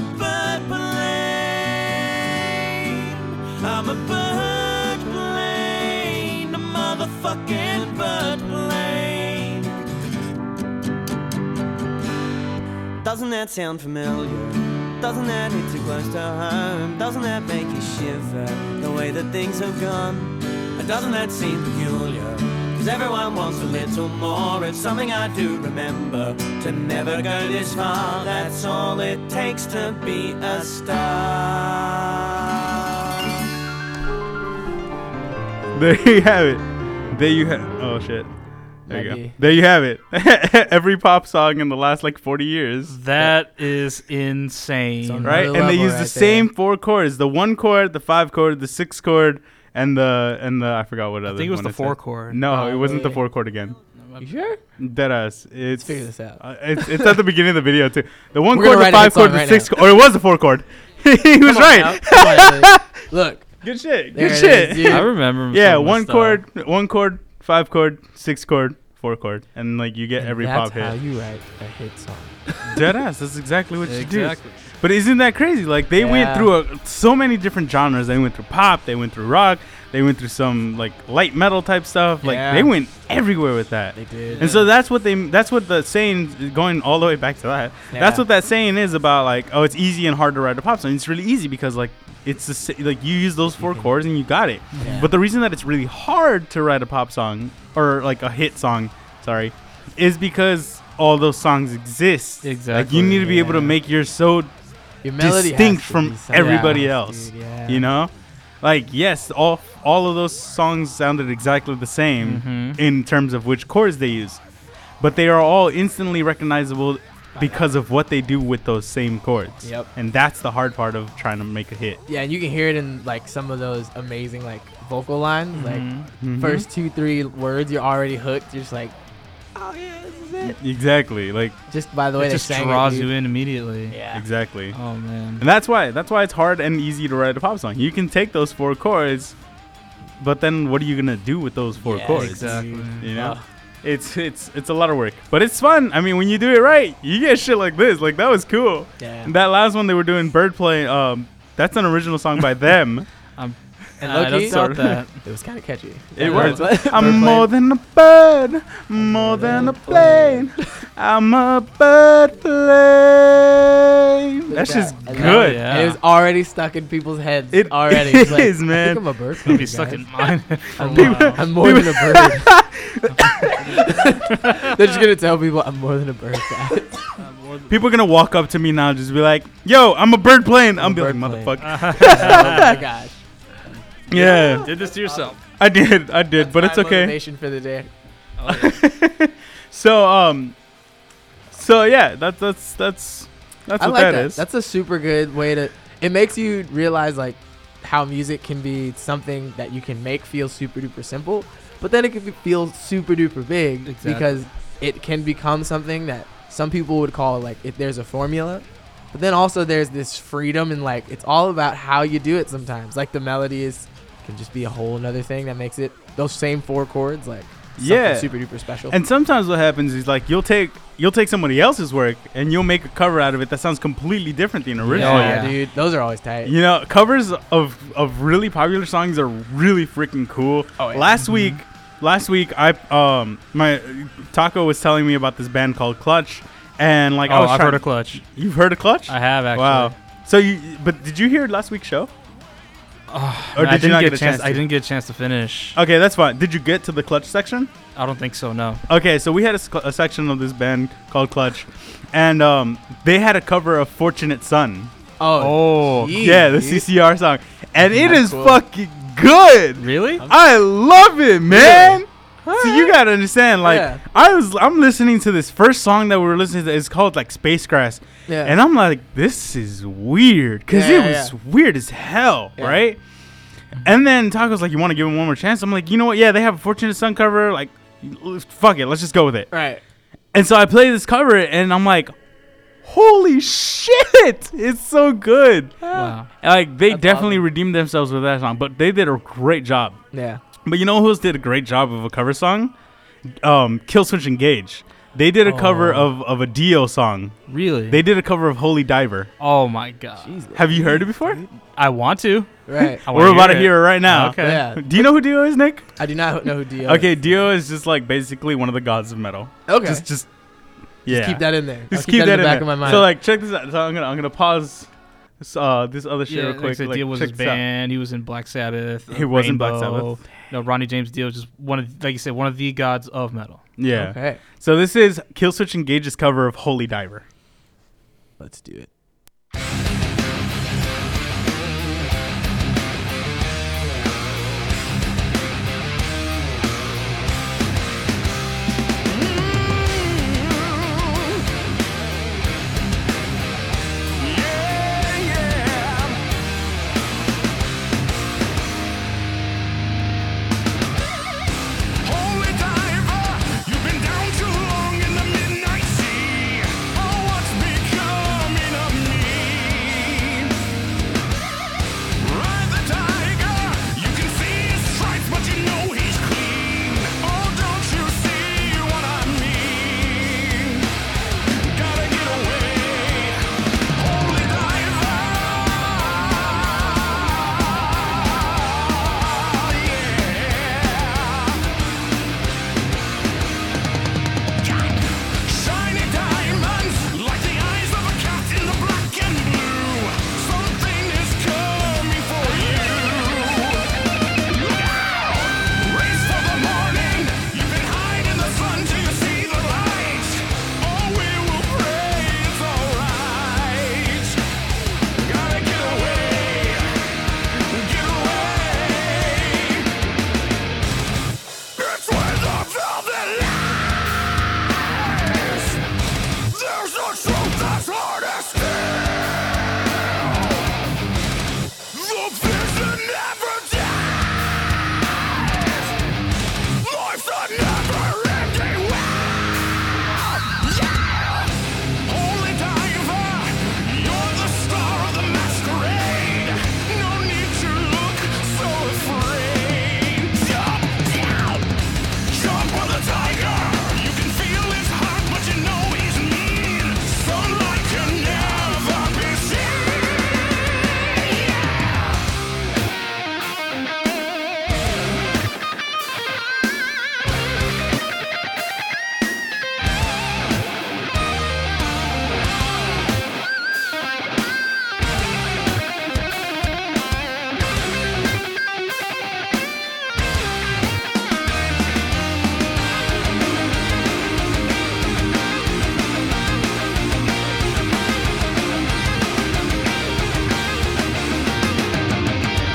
S5: I'm a bird plane, a motherfucking bird plane.
S6: Doesn't that sound familiar? Doesn't that hit too close to home? Doesn't that make you shiver the way that things have gone? And doesn't that seem peculiar? Cause everyone wants a little more. It's something I do remember to never go this far. That's all it takes to be a star.
S1: [laughs] There you have it. There you have. Oh shit. There you go.
S3: Maybe.
S1: There you have it. [laughs] Every pop song in the last like 40 years.
S2: That is insane.
S3: It's
S1: right?
S3: Another
S1: And they
S3: level
S1: use
S3: right
S1: the
S3: there.
S1: same four chords: the one chord, the five chord, the six chord, and the and the I forgot what other.
S2: I think it was
S1: one
S2: the
S1: said.
S2: four chord.
S1: No, it
S3: Oh,
S1: wasn't the
S3: wait.
S1: four chord again.
S3: You sure?
S1: Deadass. It's
S3: figure this out.
S1: uh, it's, it's at the beginning of the video too. The one
S3: We're
S1: chord,
S3: gonna
S1: the
S3: write a
S1: five
S3: hit song
S1: chord, the
S3: right
S1: six chord, or it was the four chord. [laughs] he was right.
S3: [laughs] Come on, Luke. Look,
S1: [laughs] Good shit.
S3: There
S1: Good
S3: it
S1: shit.
S3: is, dude.
S2: I remember.
S1: yeah,
S2: some of the
S1: one
S2: stuff.
S1: chord, one chord, five chord, six chord, four chord, and like you get [laughs] every
S3: that's
S1: pop
S3: how
S1: hit.
S3: you write a hit song.
S1: Deadass. That's exactly what you do.
S2: Exactly.
S1: But isn't that crazy? Like they went
S3: Yeah.
S1: through a, so many different genres. They went through pop. They went through rock. They went through some like light metal type stuff. Like
S3: Yeah.
S1: they went everywhere with that.
S3: They did.
S1: And so that's what they. That's what the saying going all the way back to that.
S3: Yeah.
S1: That's what that saying is about. Like oh, it's easy and hard to write a pop song. It's really easy because like it's the, sa- like you use those four chords and you got it. But the reason that it's really hard to write a pop song or like a hit song, sorry, is because all those songs exist. Like
S2: Exactly,
S1: you need to be able to
S3: yeah.
S1: make your so
S3: Your melody has
S1: distinct
S3: to
S1: from
S3: be something
S1: everybody else,
S3: dude, yeah.
S1: you know like yes all all of those songs sounded exactly the same
S3: Mm-hmm.
S1: in terms of which chords they use but they are all instantly recognizable because of what they do with those same chords
S3: Yep.
S1: and that's the hard part of trying to make a
S3: [laughs]
S1: hit
S3: Yeah, and you can hear it in like some of those amazing like vocal lines.
S1: Mm-hmm.
S3: Like
S2: Mm-hmm.
S3: first two three words, you're already hooked. You're just like, oh yeah, this is it.
S1: exactly like
S3: Just by the way
S2: It
S3: they
S2: just
S3: sang
S2: draws
S3: it, dude.
S2: you in immediately.
S3: Yeah.
S1: exactly
S2: Oh man.
S1: and that's why that's why it's hard and easy to write a pop song you can take those four chords but then what are you gonna do with those four
S3: Yeah,
S1: chords
S2: Exactly.
S1: you know
S3: Ugh.
S1: it's it's it's a lot of work but it's fun i mean when you do it right you get shit like this like that was cool
S3: Yeah.
S1: And that last one they were doing bird play um that's an original song by them uh,
S3: And
S2: I
S3: Loki,
S2: don't
S3: [laughs]
S2: doubt
S1: [laughs]
S2: that.
S3: it was kind of catchy.
S1: it
S3: Yeah.
S1: was
S3: [laughs] Bird
S1: i'm
S3: plane.
S1: more than a bird more than a plane i'm a bird plane
S3: Look
S1: that's
S3: at
S1: just
S3: that. I love
S1: good
S2: it.
S3: And It was already stuck in peoplele's heads.
S1: It
S3: already.
S1: [laughs] is,
S3: It's like, I
S1: man.
S3: think I'm a bird.
S2: It'd
S3: guy,
S2: be stuck
S3: guys.
S2: in
S1: [laughs]
S2: mine.
S3: I'm, I'm more than a bird.
S1: [laughs]
S3: They're just gonna tell people I'm more than a bird. Guy.
S1: people are gonna walk up to me now and just be like yo i'm a bird plane i'm,
S3: a
S1: be like
S3: bird plane.
S1: motherfucker
S3: oh my gosh. [laughs]
S1: yeah
S2: Did this to yourself.
S1: i did i did but
S3: That's
S1: it's
S3: my
S1: okay
S3: Motivation for the day.
S1: So um, so yeah, that's that's that's that's
S3: I
S1: what
S3: like that.
S1: that is.
S3: That's a super good way to. It makes you realize like how music can be something that you can make feel super duper simple, but then it can be- feel super duper big
S2: Exactly.
S3: because it can become something that some people would call like if there's a formula. But then also there's this freedom and like it's all about how you do it sometimes. Like the melody is can just be a whole another thing that makes it those same four chords like something
S1: Yeah.
S3: super duper special.
S1: and sometimes what happens is like you'll take you'll take somebody else's work and you'll make a cover out of it that sounds completely different than original.
S2: Oh, yeah.
S3: dude, those are always tight.
S1: You know, covers of of really popular songs are really freaking cool.
S3: Oh, yeah.
S1: Last week, last week I um my Taco was telling me about this band called Clutch, and like I
S2: [laughs] oh,
S1: was
S2: I've
S1: trying,
S2: heard of clutch.
S1: you've heard of Clutch?
S2: I have actually.
S1: Wow. So you but did you hear last week's show?
S2: Ah, Man, I
S1: did you
S2: didn't
S1: not
S2: get,
S1: get
S2: a
S1: a
S2: chance?
S1: chance
S2: I
S1: to? Oh.
S2: didn't get a chance to finish.
S1: Okay, that's fine. Did you get to the Clutch section?
S2: I don't think so. No.
S1: Okay, so we had a, sc- a section of this band called Clutch, and um, they had a cover of "Fortunate Son."
S3: Oh,
S2: Oh.
S3: jeez,
S1: Yeah, the
S3: dude.
S1: CCR song, and it
S3: That's
S1: is
S3: cool.
S1: fucking good.
S2: Really?
S1: I love it, man. So you
S3: Alright.
S1: gotta understand, like
S3: Yeah.
S1: I was, I'm listening to this first song that we were listening to. It's called like Spacecraft,
S3: Yeah.
S1: and I'm like, this is weird because
S3: Yeah,
S1: it
S3: yeah,
S1: was weird as hell,
S3: Yeah.
S1: right? And then Taco's like, you want to give him one more chance? I'm like, you know what? Yeah, they have a Fortunate Son cover. Like, l- fuck it, let's just go with it.
S3: right.
S1: And so I play this cover and I'm like, holy shit, [laughs] it's so good.
S2: Wow.
S1: And, Like they
S3: That's
S1: definitely
S3: awesome.
S1: redeemed themselves with that song, but they did a great job.
S3: Yeah.
S1: But you know who else did a great job of a cover song? Um, Killswitch Engage. They did a cover of, of a Dio song.
S2: Really?
S1: They did a cover of Holy Diver.
S2: oh my god.
S1: Have you heard it before?
S2: I want to.
S3: Right.
S2: I wanna
S1: We're about to
S2: it.
S1: hear it right now.
S2: Okay.
S3: Yeah.
S1: [laughs] Do you know who Dio is, Nick?
S3: I do not know who Dio. is.
S1: Okay, Dio is just like basically one of the gods of metal.
S3: Okay.
S1: Just, just, yeah.
S3: Keep that in there.
S1: [laughs] Just
S3: I'll keep, that, in the back
S1: there.
S3: of my mind.
S1: So like, check this out. So I'm gonna, I'm gonna pause this, uh, this other shit
S2: Yeah,
S1: real
S2: like I
S1: quick.
S2: said,
S1: Like,
S2: Deal was
S1: check
S2: his
S1: this out.
S2: band. He was in Black Sabbath. uh,
S1: He was in Black
S2: Rainbow. No, Ronnie James Dio is just one of, like you said, one of the gods of metal.
S1: Yeah.
S3: okay,
S1: So this is Killswitch Engage's cover of Holy Diver.
S3: let's do it.
S8: Holy diver, you've been down too long in the midnight sea. Oh, what's becoming of me? Ride the tiger, you can see his stripes, but you know he's clean. Oh, don't you see what I mean? Gotta get away, holy diver, yeah. Shiny diamonds, like the eyes of a cat in the black and blue. Something is coming for you. Look out! Race for the morning. You've been hiding the sun till you see the light. Oh, we will pray it's alright. Gotta get away, get away. It's when the velvet light. There's no truth that's hard to steal. The vision never dies. Life's a never-ending well. Yeah. Holy diver, you're the star of the masquerade. No need to look so afraid. Jump down. Jump on the tiger! You can feel his heart, but you know he's mean. Sunlight can never be seen.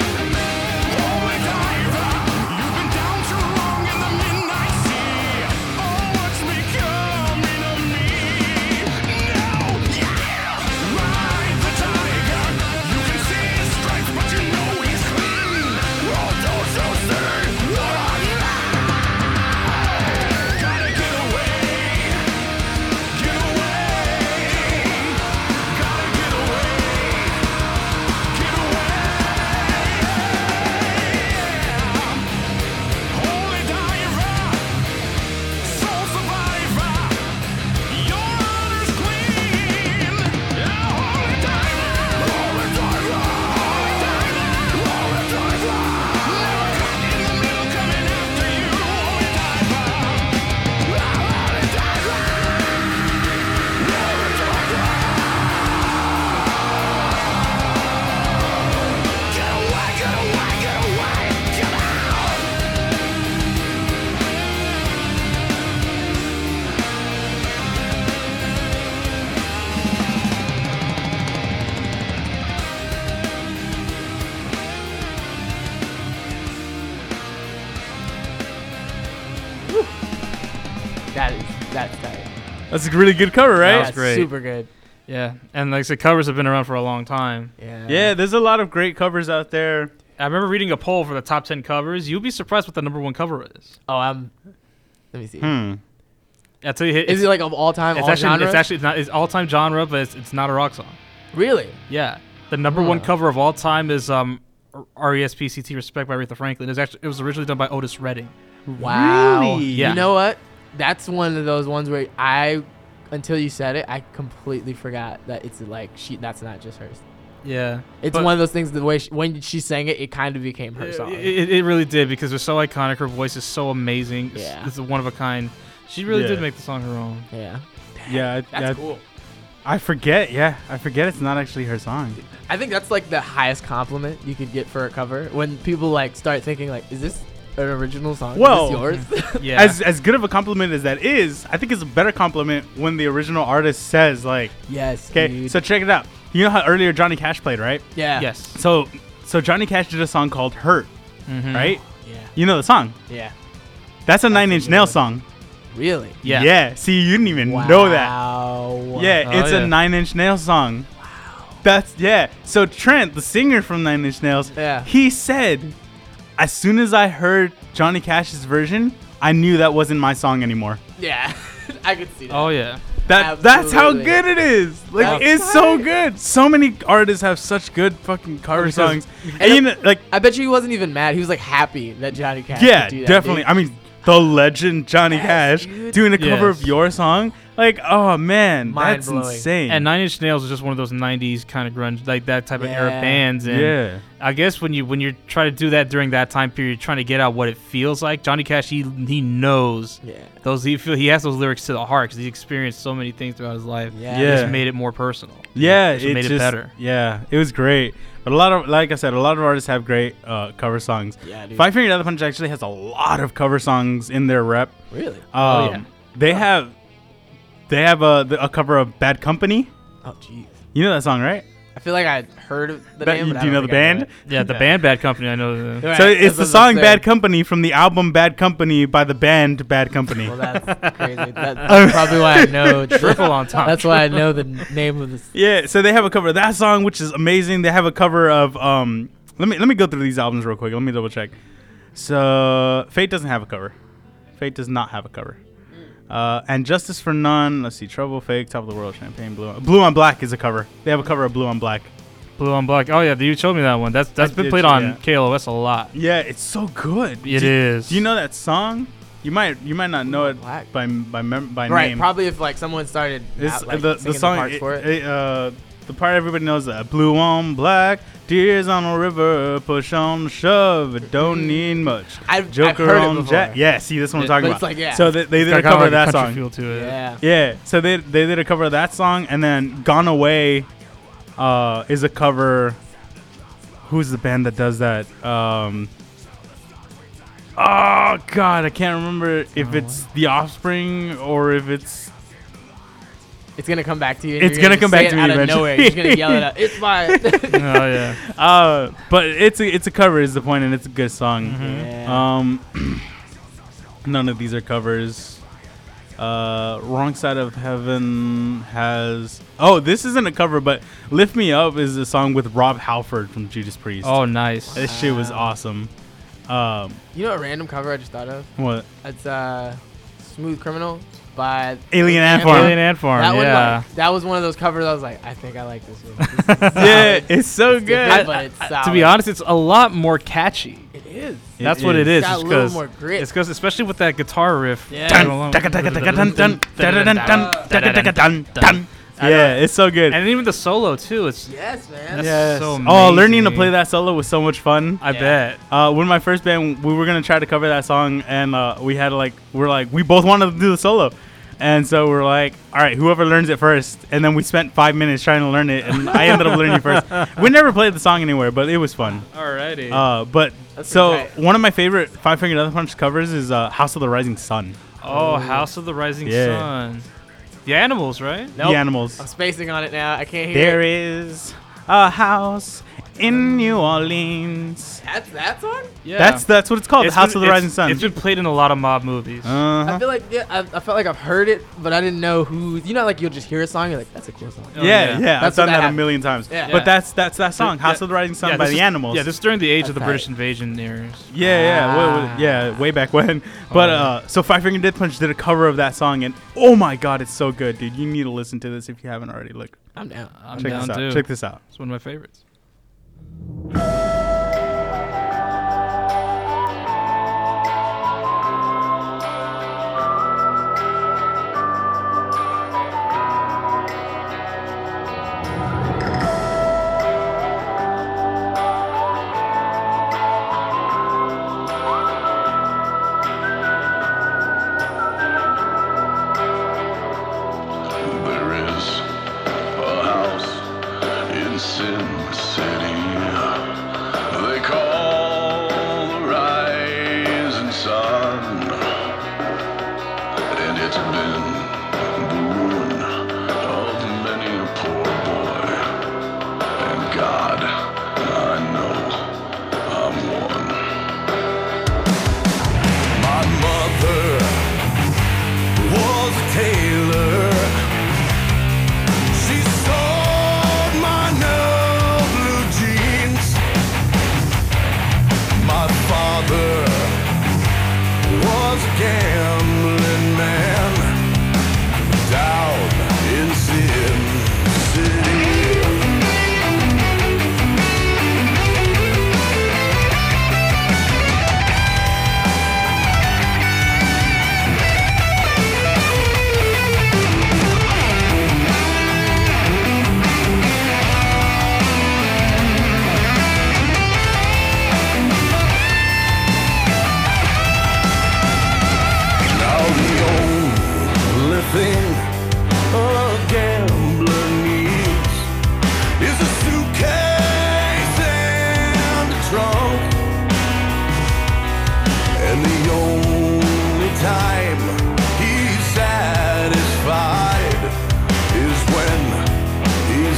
S8: Holy diver, you've been down too long in the midnight sea. Oh, what's becoming of me? No, yeah. Ride the tiger. You can see his stripes, but you know he's clean. Oh, don't you see what I mean? Gotta get away, get away, gotta get away, get away. Holy diver, soul survivor, your honor's queen. Yeah, holy diver, holy diver, holy diver, holy diver. Never caught in the middle, coming after you, holy diver. Holy diver, holy diver. Get away, get away, get away, get out.
S3: That is that's tight.
S1: That's a really good cover, right?
S2: was
S3: That's
S2: great.
S3: Super good.
S2: Yeah, and like I said, covers have been around for a long time.
S3: Yeah.
S1: yeah, there's a lot of great covers out there.
S2: I remember reading a poll for the top ten covers. You'd be surprised what the number one cover is.
S3: Oh, I'm. Let me see.
S1: Hmm.
S2: I tell you, it's,
S3: Is it like of all time,
S2: it's
S3: all
S2: actually
S3: genre?
S2: it's actually not it's all time genre, but it's, it's not a rock song.
S3: really.
S2: Yeah, the number one
S3: Huh.
S2: cover of all time is um. R.E.S.P.C.T. Respect by Aretha Franklin. It was actually it was originally done by Otis Redding.
S3: Wow.
S2: Yeah.
S3: You know what? That's one of those ones where I, until you said it, I completely forgot that it's like she. That's not just hers.
S2: Yeah.
S3: It's
S2: But
S3: one of those things. The way she, when she sang it, it kind of became her song.
S2: It, it, it really did because it's so iconic. Her voice is so amazing. It's-
S3: Yeah.
S2: It's, one of a kind. She really
S1: Yeah.
S2: did make the song her own.
S3: yeah,
S1: Yeah, I,
S3: that's
S1: I,
S3: cool.
S1: I forget. Yeah, I forget it's not actually her song.
S3: I think that's like the highest compliment you could get for a cover when people like start thinking like, is this an original song?
S1: Well- [laughs]
S3: is this yours? [laughs]
S2: Yeah.
S1: As as good of a compliment as that is, I think it's a better compliment when the original artist says like,
S3: yes.
S1: "Okay,
S3: dude.
S1: so check it out." You know how earlier Johnny Cash played, right?
S3: yeah.
S2: yes.
S1: So so Johnny Cash did a song called "Hurt,"
S2: Mhm.
S1: right?
S3: Yeah.
S1: You know the song.
S3: Yeah.
S1: That's a Nine Inch
S3: good
S1: Nail
S3: one.
S1: song.
S3: Really?
S2: Yeah.
S1: Yeah. See, you didn't even Mm, know that.
S3: Wow.
S1: Yeah,
S2: Oh,
S1: it's
S2: yeah.
S1: a Nine Inch Nail song. Wow. That's yeah. So Trent, the singer from Nine Inch Nails,
S3: Yeah.
S1: he said, as soon as I heard Johnny Cash's version, I knew that wasn't my song anymore.
S3: Yeah. [laughs] I could see that.
S2: Oh yeah.
S1: That that's how
S3: Absolutely.
S1: good it is. Like
S3: That's
S1: it's so good. So many artists have such good fucking cover
S2: Because-
S1: songs. And you know, like
S3: I bet you he wasn't even mad. He was like happy that Johnny Cash. could
S1: yeah,
S3: do that,
S1: definitely.
S3: dude.
S1: I mean, the legend Johnny
S3: Yes,
S1: Cash
S3: dude.
S1: doing a cover of
S2: Yes.
S1: your song. Like, oh man, that's
S3: Mind-blowing.
S1: insane.
S2: And Nine Inch Nails is just one of those '90s kind of grunge, like that type of era
S3: Yeah.
S2: bands. And
S1: yeah.
S2: I guess when you when you're trying to do that during that time period, trying to get out what it feels like, Johnny Cash he he knows
S3: Yeah.
S2: those he feel he has those lyrics to the heart because he experienced so many things throughout his life.
S3: Yeah.
S2: It just
S1: Yeah.
S2: made it more personal.
S1: Yeah,
S2: It just made it better.
S1: Yeah, it was great. But a lot of, like I said, a lot of artists have great uh, cover songs.
S3: Yeah, dude.
S1: Five Finger Death Punch actually has a lot of cover songs in their rep.
S3: Really?
S1: Um,
S2: Oh,
S1: They have, they have a, the- a cover of Bad Company.
S3: Oh, jeez.
S1: You know that song, right?
S3: I feel like I heard of the
S1: That-
S3: name.
S1: you-
S3: but I
S1: do you know
S3: don't
S1: the
S3: think I
S1: band?
S3: it.
S2: Yeah, the band Bad Company, I know. The,
S3: Right,
S1: So
S3: that's
S1: it's the
S3: what I was
S1: song
S3: gonna
S1: "Bad Company" from the album "Bad Company" by the band Bad Company.
S3: say. Well, that's
S1: [laughs]
S3: crazy. That- That's probably why I know.
S2: Triple on top.
S3: That's why I know the n- name of this.
S1: Yeah, so they have a cover of that song, which is amazing. They have a cover of um. Let me let me go through these albums real quick. Let me double check. So Fate doesn't have a cover. Fate does not have a cover. Uh, and Justice for None. Let's see. Trouble, Fake, Top of the World, Champagne, Blue. On, Blue on Black is a cover. They have a cover of Blue on Black.
S2: Blue on Black. Oh yeah, you showed me that one. That's that's
S1: I
S2: been
S1: did
S2: played
S1: show
S2: on
S1: you that.
S2: KLOS a lot.
S1: Yeah, it's so good.
S2: It
S1: It is. do,
S2: is.
S1: do you know that song? You might you might not know
S3: on
S1: it
S3: Black.
S1: by by mem- by
S3: Right.
S1: name.
S3: Probably if like someone started
S1: This
S3: out, like,
S1: the,
S3: singing
S1: the song
S3: parts
S1: it-
S3: for it.
S1: it, uh, the part everybody knows that blue on black tears on a river push on shove it don't need much
S3: Mm-hmm. I've, I've heard it before.
S1: yeah see this one I'm
S3: Yeah,
S1: talking
S3: but it's
S1: about
S3: like, yeah.
S1: so they, they did
S2: Got
S1: a
S2: kind of
S1: cover
S2: like
S1: of that
S2: country
S1: song
S2: feel to it.
S3: Yeah.
S1: yeah so they they did a cover of that song and then gone away uh, is a cover who's the band that does that um oh god I can't remember if it's the Offspring or if it's
S3: It's gonna come back to you. and
S1: It's
S3: you're
S1: gonna come
S3: just
S1: back to
S3: say it
S1: me
S3: out of
S1: eventually.
S3: nowhere. You're just gonna yell it out. It's
S2: [laughs]
S3: mine.
S2: [laughs] oh yeah.
S1: Uh, but it's a it's a cover is the point, and it's a good song.
S3: [laughs]
S2: Mm-hmm.
S3: Yeah.
S1: Um, [clears throat] none of these are covers. Uh, Wrong Side of Heaven has oh this isn't a cover, but Lift Me Up is a song with Rob Halford from Judas Priest.
S2: Oh nice.
S1: this shit was awesome. Um,
S3: you know a random cover I just thought of?
S1: what
S3: It's uh, "Smooth Criminal" by
S1: Alien Ant Farm.
S2: Alien Ant Farm.
S3: That one,
S2: Oh, yeah.
S3: like, that was one of those covers. I was like, I think I like this one. This is
S1: [laughs] yeah,
S3: solid.
S1: it's so
S3: It's
S1: good.
S3: different, but it's solid.
S2: to be honest, it's a lot more catchy.
S3: it is.
S1: It
S2: That's what it is.
S3: It's got
S2: just
S3: a little
S2: 'cause-
S3: more grit.
S2: It's because, especially with that guitar riff.
S3: Yeah.
S1: Dun,
S2: Alone.
S1: taka, taka, taka, dun, dun, dun, dun, dun, taka, taka, dun, dun.
S2: I
S1: Yeah, it's so good.
S2: And even the solo too. It's
S3: Yes, man.
S2: That's
S1: Yes.
S2: so
S1: oh, learning to
S2: amazing.
S1: play that solo was so much fun.
S2: I
S3: Yeah.
S2: bet.
S1: Uh, when my first band, we were gonna try to cover that song, and uh, we had like we're like we both wanted to do the solo, and so we're like, all right, whoever learns it first, and then we spent five minutes trying to learn it, and I ended up learning it
S3: [laughs]
S1: first. We never played the song anywhere, but it was fun.
S2: Alrighty.
S1: Uh, but
S3: That's
S1: so
S3: pretty tight.
S1: one of my favorite Five Finger Death Punch covers is uh, "House of the Rising Sun."
S2: oh, House of the Rising
S1: Yeah.
S2: Sun. The animals, right?
S3: Nope.
S1: The animals.
S3: I'm spacing on it now. I can't hear.
S1: There
S3: it.
S1: is a house in New Orleans.
S3: That's that song.
S2: Yeah.
S1: That's that's what it's called.
S2: It's
S1: the House
S2: been-
S1: of the
S2: it's-
S1: Rising Sun.
S2: It's been played in a lot of mob movies.
S1: Uh-huh.
S3: I feel like yeah, I, I felt like I've heard it, but I didn't know who. You know, like you'll just hear a song, you're like, that's a cool song.
S2: Oh,
S1: yeah, yeah, I've
S3: That's
S1: done
S3: what
S1: that,
S3: that
S1: a million times.
S3: Yeah.
S1: But
S2: Yeah.
S1: that's that's that song,
S2: Yeah.
S1: House of the Rising Sun
S2: Yeah,
S1: by
S2: this
S1: the
S2: is-
S1: Animals.
S2: Yeah, this Ah. is during the age of the
S3: That's
S2: British
S3: right.
S2: invasion years.
S1: yeah, yeah, wa- wa- yeah, way back when.
S2: Oh,
S1: But uh, so Five Finger Death Punch did a cover of that song, and oh my god, it's so good, dude! You need to listen to this if you haven't already. Look,
S3: I'm down.
S2: I'm
S1: check
S2: down
S1: this out.
S2: too.
S1: Check this out.
S2: It's one of my favorites.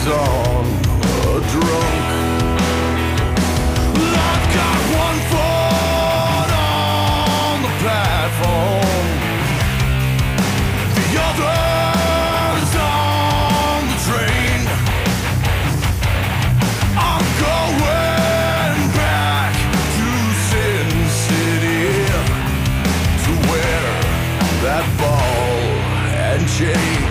S8: on a drunk. Well, I've got one foot on the platform, the other's on the train. I'm going back to Sin City to wear that ball and chain.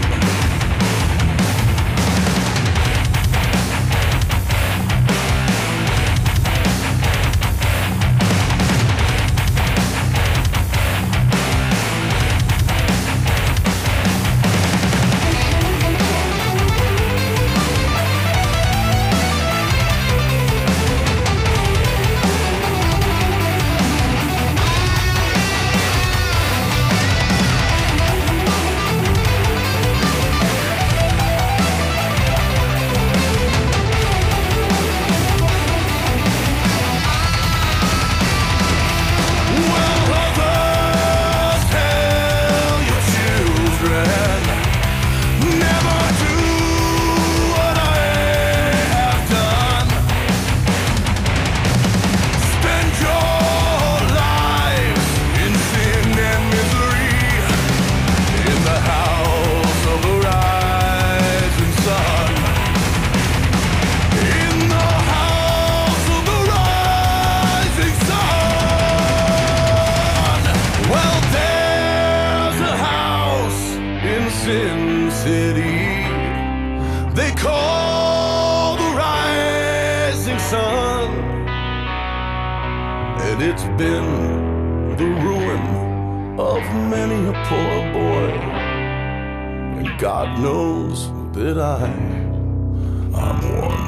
S8: Well, others tell your children never do what I have done. Spend your lives in sin and misery in the house of the rising sun. In the house of the rising sun. Well, there's a house in Sin City. They call the rising sun. And it's been the ruin of many a poor boy. And God knows that I am one.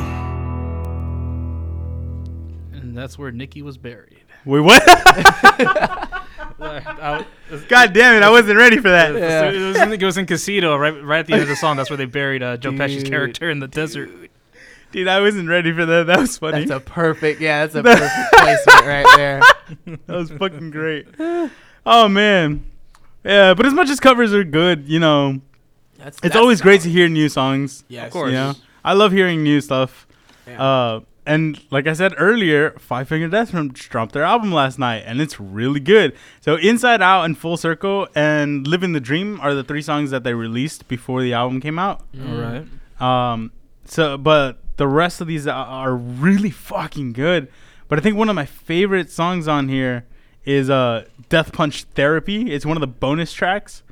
S2: And that's where Nikki was buried.
S1: Wait, what?
S2: I,
S1: [laughs] God damn it! I wasn't ready for that.
S2: it, was in, it was in Casino, right, right at the end of the song. That's where they buried uh, Joe Pesci's
S3: Dude,
S2: character in the desert.
S1: Dude, I wasn't ready for that. That was funny.
S3: That's a perfect, yeah,
S1: [laughs]
S3: that's a perfect placement right there.
S1: that was fucking great. [laughs] Oh man. Yeah, but as much as covers are good, you know,
S3: That's,
S1: it's always great to hear new songs.
S3: Yes. Of
S1: You know? I love hearing new stuff.
S3: Yeah.
S1: Uh, and like I said earlier, Five Finger Death Punch dropped their album last night, and it's really good. So Inside Out and Full Circle and Living the Dream are the three songs that they released before the album came out.
S2: All right.
S1: Um, so, but the rest of these are, are really fucking good. But I think one of my favorite songs on here is uh, Death Punch Therapy. It's one of the bonus tracks,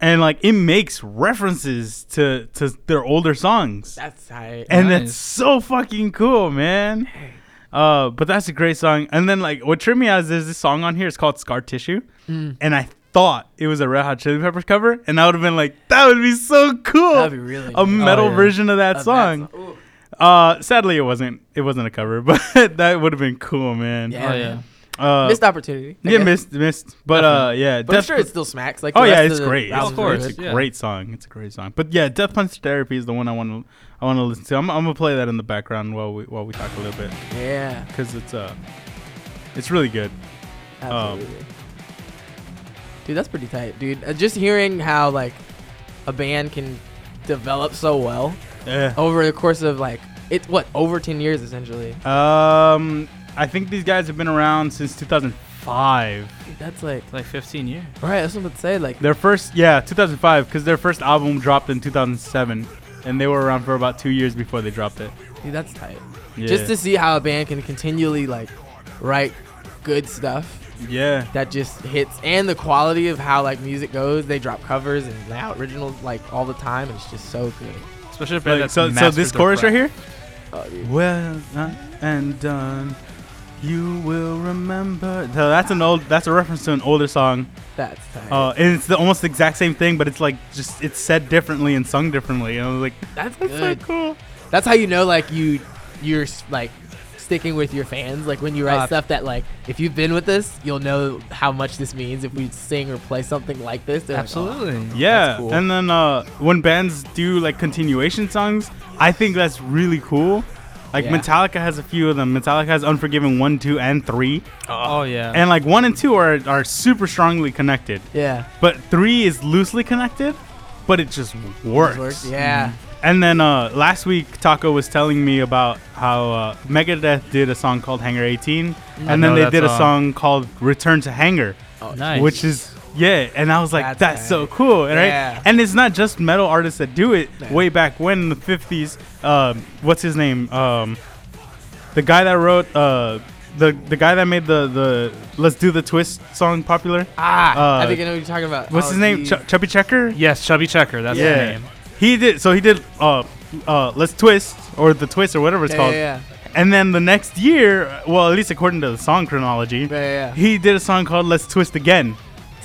S1: and like it makes references to to their older songs,
S3: That's tight.
S1: and
S2: Nice.
S1: that's so fucking cool, man. Uh, but that's a great song. And then like what tripped me out is there's this song on here. It's called Scar Tissue,
S3: Mm.
S1: and I thought it was a Red Hot Chili Peppers cover, and I would have been like, that would be so cool
S3: That'd be really
S1: oh, a
S3: good.
S1: metal
S2: yeah.
S1: version of that
S3: Oh, Of that
S1: song.
S3: song. Ooh.
S1: Uh, sadly, it wasn't. It wasn't a cover, [laughs] but that would have been cool, man.
S3: Yeah.
S2: Oh yeah.
S1: Uh,
S3: missed opportunity. I
S1: yeah,
S3: guess.
S1: missed, missed. But uh, yeah,
S3: But I'm
S1: Death
S3: sure
S1: Pu-
S3: it still smacks. Like
S1: oh
S3: the
S1: yeah,
S3: rest
S1: it's
S3: the
S1: great.
S3: album's
S1: It's,
S2: course,
S1: it's
S2: really
S1: a
S2: good. yeah.
S1: great song. It's a great song. But yeah, Death Punch Therapy is the one I want to. I want to listen to. I'm, I'm gonna play that in the background while we while we talk a little bit
S3: really good. Yeah,
S1: because it's uh, it's really good. Um,
S3: absolutely. dude, that's pretty tight, dude. Uh, just hearing how like a band can develop so well
S1: Yeah.
S3: over the course of like it's what over 10 years essentially.
S1: Um, I think these guys have been around since 2005.
S3: Dude, that's like
S2: Like 15 years.
S3: right. That's what I'm say. Like
S1: Their first, yeah, 2005, because their first album dropped in 2007, and they were around for about two years before they dropped it.
S3: dude, that's tight.
S1: Yeah.
S3: Just to see how a band can continually like write good stuff
S1: yeah,
S3: that just hits and the quality of how like music goes they drop covers and now originals like all the time and it's just so good
S2: Especially if
S1: Like,
S2: that's
S1: so so
S2: mastered
S1: this
S2: the
S1: chorus
S2: craft.
S1: right here.
S3: oh, dude.
S1: Well done and done, you will remember. So that's an old, that's a reference to an older song,
S3: that's tight
S1: uh, and it's the almost the exact same thing, but it's like just it's said differently and sung differently. And I was like,
S3: that's
S1: that's
S3: good
S1: so cool.
S3: that's how you know like you you're s- like sticking with your fans like when you write
S2: Uh,
S3: stuff that like if you've been with us you'll know how much this means if we sing or play something like this they're like, "Oh,
S2: Absolutely.
S1: Yeah,
S3: cool.
S1: and then uh, when bands do like continuation songs, I think that's really cool. Like
S3: Yeah.
S1: Metallica has a few of them. Metallica has Unforgiven one, two, and three,
S2: Oh yeah.
S1: and like one and two are are super strongly connected,
S3: "Oh, yeah
S1: but three is loosely connected, but it just works.
S3: yeah
S1: And then uh, last week, Taco was telling me about how uh, Megadeth did a song called Hanger 18,
S2: I
S1: and then
S2: know
S1: they
S2: that
S1: did a
S2: song.
S1: song called Return to Hanger,
S2: nice.
S1: which is yeah. And I was like, that's,
S3: That's
S1: so cool, right?
S3: Yeah.
S1: And it's not just metal artists that do it. Way back when in the 50s, um, what's his name? Um, the guy that wrote uh, the the guy that made the the Let's Do the Twist song popular.
S3: Ah,
S1: Uh,
S3: I think I know what you're talking about.
S1: What's
S3: Oh,
S1: his name?
S3: geez.
S1: Ch- Chubby Checker.
S2: yes, Chubby Checker. That's
S1: Yeah.
S2: the name.
S1: He did. So he did. Uh, uh, let's twist or the twist or whatever it's
S3: yeah,
S1: called.
S3: yeah,
S1: And then the next year, well, at least according to the song chronology,
S3: yeah, yeah, yeah.
S1: he did a song called "Let's Twist Again,"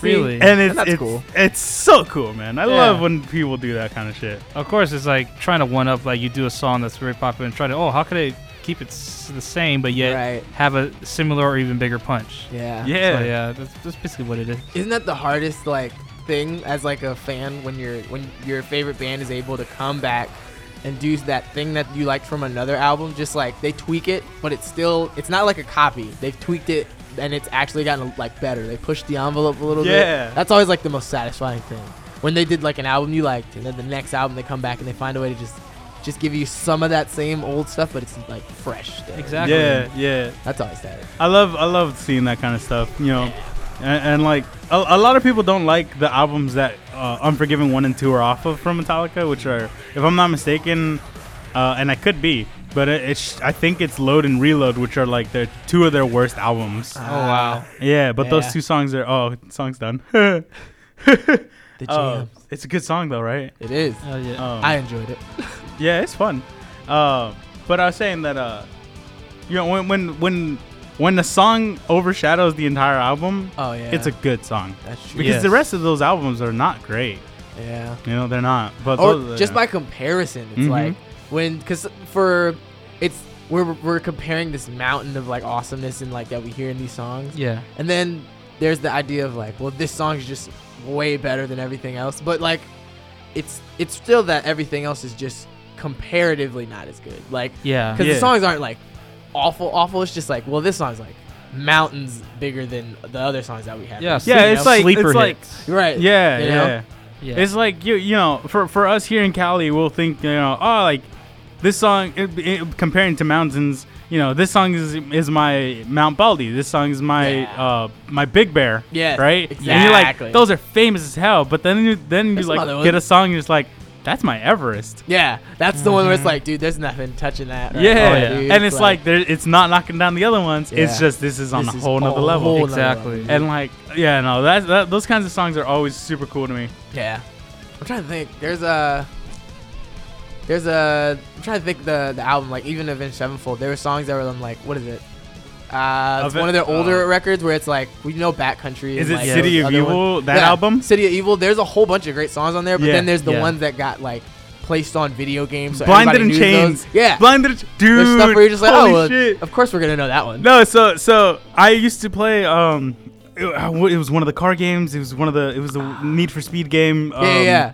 S2: Really?
S1: and it's
S3: that's
S1: it's,
S3: cool.
S1: it's so cool, man. I
S3: Yeah.
S1: love when people do that kind of shit.
S2: Of course, it's like trying to one up. Like you do a song that's very popular and try to oh, how could I keep it s- the same but yet
S3: Right.
S2: have a similar or even bigger punch?
S3: yeah,
S1: Yeah,
S2: So, yeah, that's, that's basically what it is.
S3: Isn't that the hardest like thing as like a fan when your when your favorite band is able to come back and do that thing that you liked from another album? Just like they tweak it, but it's still it's not like a copy. They've tweaked it and it's actually gotten like better. They pushed the envelope a little
S1: Yeah.
S3: bit. That's always like the most satisfying thing. When they did like an album you liked, and then the next album they come back and they find a way to just just give you some of that same old stuff, but it's like fresh. still.
S2: Exactly.
S1: yeah, yeah.
S3: That's always that.
S1: I love I love seeing that kind of stuff, you know. And, and like a, a lot of people don't like the albums that uh, Unforgiven one and two are off of from Metallica, which are, if I'm not mistaken, uh, and I could be, but it, it's I think it's Load and Reload, which are like their two of their worst albums.
S2: Oh wow.
S1: yeah, but
S3: Uh, yeah.
S1: those two songs are oh, song's done. [laughs]
S3: The jam.
S1: Oh, it's a good song though, right?
S3: it is.
S2: Oh yeah.
S1: Um,
S3: I enjoyed it.
S1: yeah, it's fun. Uh, but I was saying that uh, you know when when when when the song overshadows the entire album,
S3: Oh yeah.
S1: it's a good song.
S3: That's true.
S1: Because the
S2: Yes.
S1: rest of those albums are not great.
S3: Yeah.
S1: You know, they're not. But
S3: Or
S1: those-
S3: just by comparison, it's
S1: Mhm.
S3: like when because for it's we're we're comparing this mountain of like awesomeness and like that we hear in these songs,
S2: Yeah.
S3: and then there's the idea of like, well, this song is just way better than everything else, but like it's it's still that everything else is just comparatively not as good, like
S2: Yeah.
S3: because
S1: Yeah.
S3: the songs aren't like awful awful. It's just like, well, this song's like mountains bigger than the other songs that we have.
S2: Yeah.
S1: Yeah, it's like-
S2: sleeper
S1: it's like-
S2: hits.
S3: right.
S1: yeah,
S3: you know?
S1: yeah.
S2: yeah.
S3: [laughs]
S1: It's like you, you know, for for us here in Cali, we'll think, you know, oh, like this song it, it, comparing to mountains. You know, this song is is my Mount Baldy. This song is my
S3: Yeah.
S1: uh my Big Bear.
S3: Yes,
S1: right. And you're
S3: exactly.
S1: like, those are famous as hell. But then you then you
S3: This mother
S1: like
S3: was-
S1: get a song, and it's like, that's my Everest.
S3: Yeah, that's the one where it's like, dude, there's nothing touching that. right
S1: Mm-hmm.
S3: Oh,
S1: Yeah,
S3: now,
S2: yeah.
S3: dude.
S1: and it's like, there, it's not knocking down the other ones. It's
S3: Yeah.
S1: just this is on
S3: This
S1: a
S3: is
S1: whole nother
S3: a
S1: level.
S3: whole nother
S2: exactly.
S3: level.
S1: And like, yeah, no, that, that those kinds of songs are always super cool to me.
S3: yeah. I'm trying to think. There's a there's a I'm trying to think the the album like even Avenged Sevenfold. There were songs that were on like what is it? Uh, it's
S1: Aven-
S3: one of their older
S1: uh,
S3: records where it's like we know Backcountry.
S1: Is
S3: and,
S1: it
S3: like,
S1: City
S3: those
S1: of
S3: other ones.
S1: Evil? That
S3: Yeah,
S1: album?
S3: City of Evil. There's a whole bunch of great songs on there, but
S1: Yeah,
S3: then there's the
S2: yeah.
S3: ones that got like placed on video games. So
S1: Blinded in
S3: everybody knew
S1: Chains.
S3: those. Yeah.
S1: Blinded, in Ch- dude.
S3: there's stuff where you're just like,
S1: holy
S3: oh, well,
S1: shit.
S3: of course we're gonna know that one.
S1: No, so so I used to play. Um, it, uh, wh- it was one of the car games. It was one of the. It was the Need for Speed game. Um,
S3: Ah. yeah, yeah,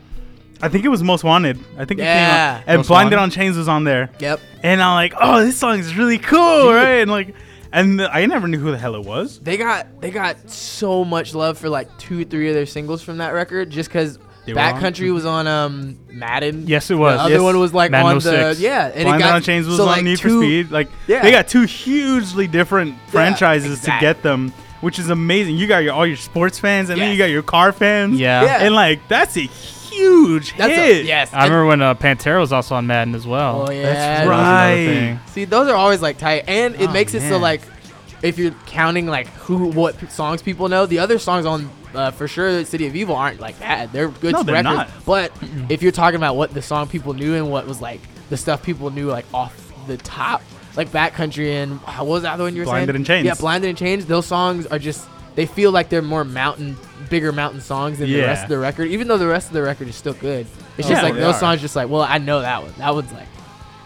S1: I think it was Most Wanted. I think it
S3: Yeah.
S1: came out. And
S2: Most
S1: Blinded
S2: Wanted.
S1: on Chains was on there.
S3: yeah. Yep.
S1: And I'm like, oh, this song is really cool, right? And like, and I never knew who the hell it was.
S3: they got they got so much love for like two three of their singles from that record just because
S1: They were on-
S3: backcountry was on um madden
S2: Yes, it was.
S3: the other
S2: Yes.
S3: one was like
S2: Madden
S3: on
S1: oh
S3: the
S2: 06.
S3: yeah and
S1: Blinded
S3: it got
S1: on Chains was
S3: so,
S1: on
S3: like,
S1: Need for
S3: two-
S1: Speed. Like,
S3: Yeah.
S1: they got two hugely different franchises
S3: exact-
S1: to get them, which is amazing. You got your all your sports fans, and then
S3: Yes.
S1: you got your car fans.
S2: Yeah.
S3: Yeah.
S1: and like that's a huge
S3: that's
S1: hit.
S3: a, yes
S2: I remember when uh, Pantera was also on Madden as well.
S3: Oh, yeah. That's
S2: That was another
S1: right.
S2: thing.
S3: and, see those are always like tight and it
S1: Oh,
S3: makes it so
S1: man.
S3: like if you're counting like who what p- songs people know the other songs on uh, for sure city of evil aren't like bad they're good
S1: No, they're
S3: records
S1: not.
S3: but if you're talking about what the song people knew and what was like the stuff people knew like off the top like backcountry and uh, what was that the one you were
S1: Blinded
S3: saying
S1: in Chains.
S3: yeah blinded and chains those songs are just they feel like they're more mountain bigger mountain songs than the
S1: Yeah.
S3: rest of the record even though the rest of the record is still good it's
S1: Oh,
S3: just
S1: yeah,
S3: like
S1: they
S3: those
S1: are.
S3: songs just like well i know that one that one's like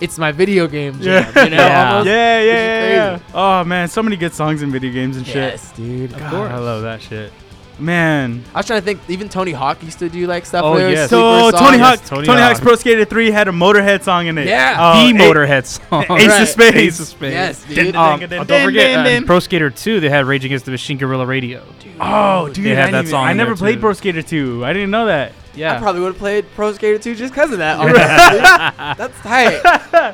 S3: it's my video game jam,
S1: Yeah.
S3: you know
S2: Yeah.
S3: almost.
S1: Yeah, yeah,
S3: Which is
S1: yeah, yeah. Oh man, so many good songs in video games and shit.
S3: Yes, dude. God.
S1: God, I love that shit. Man.
S3: I was trying to think. Even Tony Hawk used to do like stuff.
S2: Oh,
S3: where it was
S2: yes.
S1: So
S3: sleeper
S1: Tony
S3: songs.
S1: Hawk, Tony,
S2: Tony
S1: Hawk's
S2: Hawk.
S1: Pro Skater 3 had a Motorhead song in it.
S3: Yeah.
S1: Uh,
S2: the
S1: it- [laughs]
S2: Motorhead song.
S1: Ace
S3: Right.
S1: of Spades.
S2: Ace of Spades.
S3: Yes,
S1: Dun,
S3: dude.
S1: dun,
S2: Um,
S1: dun,
S2: uh,
S1: dun,
S2: don't forget,
S1: dun,
S2: uh,
S1: dun.
S2: in Pro Skater 2, they had Rage Against the Machine Guerrilla Radio.
S1: Oh, dude,
S2: They
S1: I,
S2: had that
S1: didn't even-
S2: song
S1: I
S2: in
S1: never
S2: there,
S1: played
S2: too.
S1: Pro Skater 2. I didn't know that.
S2: Yeah.
S3: I probably would have played Pro Skater 2 just because of that. honestly. That's tight.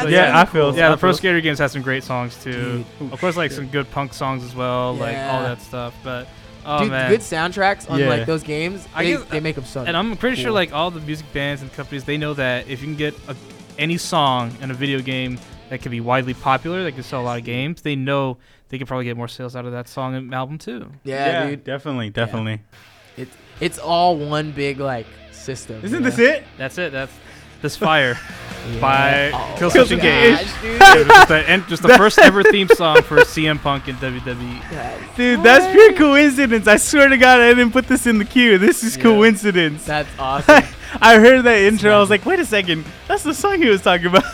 S1: So, yeah, I feel.
S2: yeah,
S1: I
S2: the Pro
S1: feel-
S2: Skater games have some great songs too. of course, like some good punk songs as well, like all
S3: Yeah.
S2: that stuff. But oh
S3: Dude,
S2: man,
S3: good soundtracks on
S1: Yeah.
S3: like those games.
S2: I
S3: they,
S2: guess-
S3: they make them so.
S2: and I'm pretty sure like all the music bands and companies they know that if you can get a, any song in a video game that can be widely popular, that can sell a lot of games, they know they could probably get more sales out of that song and album too.
S3: yeah,
S1: Yeah,
S3: dude.
S1: definitely, definitely.
S3: It's it's all one big like system.
S1: Isn't this it?
S2: That's it. That's this fire
S3: it?
S2: by
S3: Oh
S2: Kill
S3: my
S2: Switch
S3: [laughs]
S2: Engage.
S3: gosh, dude.
S2: It was just the, and just the first ever theme song for [laughs] CM Punk and E. WWE.
S1: Dude, that's pure coincidence. I swear to God, I didn't put this in the queue. This is
S3: Yeah.
S1: coincidence. [laughs]
S3: That's awesome.
S1: I heard that intro. I was like, wait a second. That's the song he was talking about.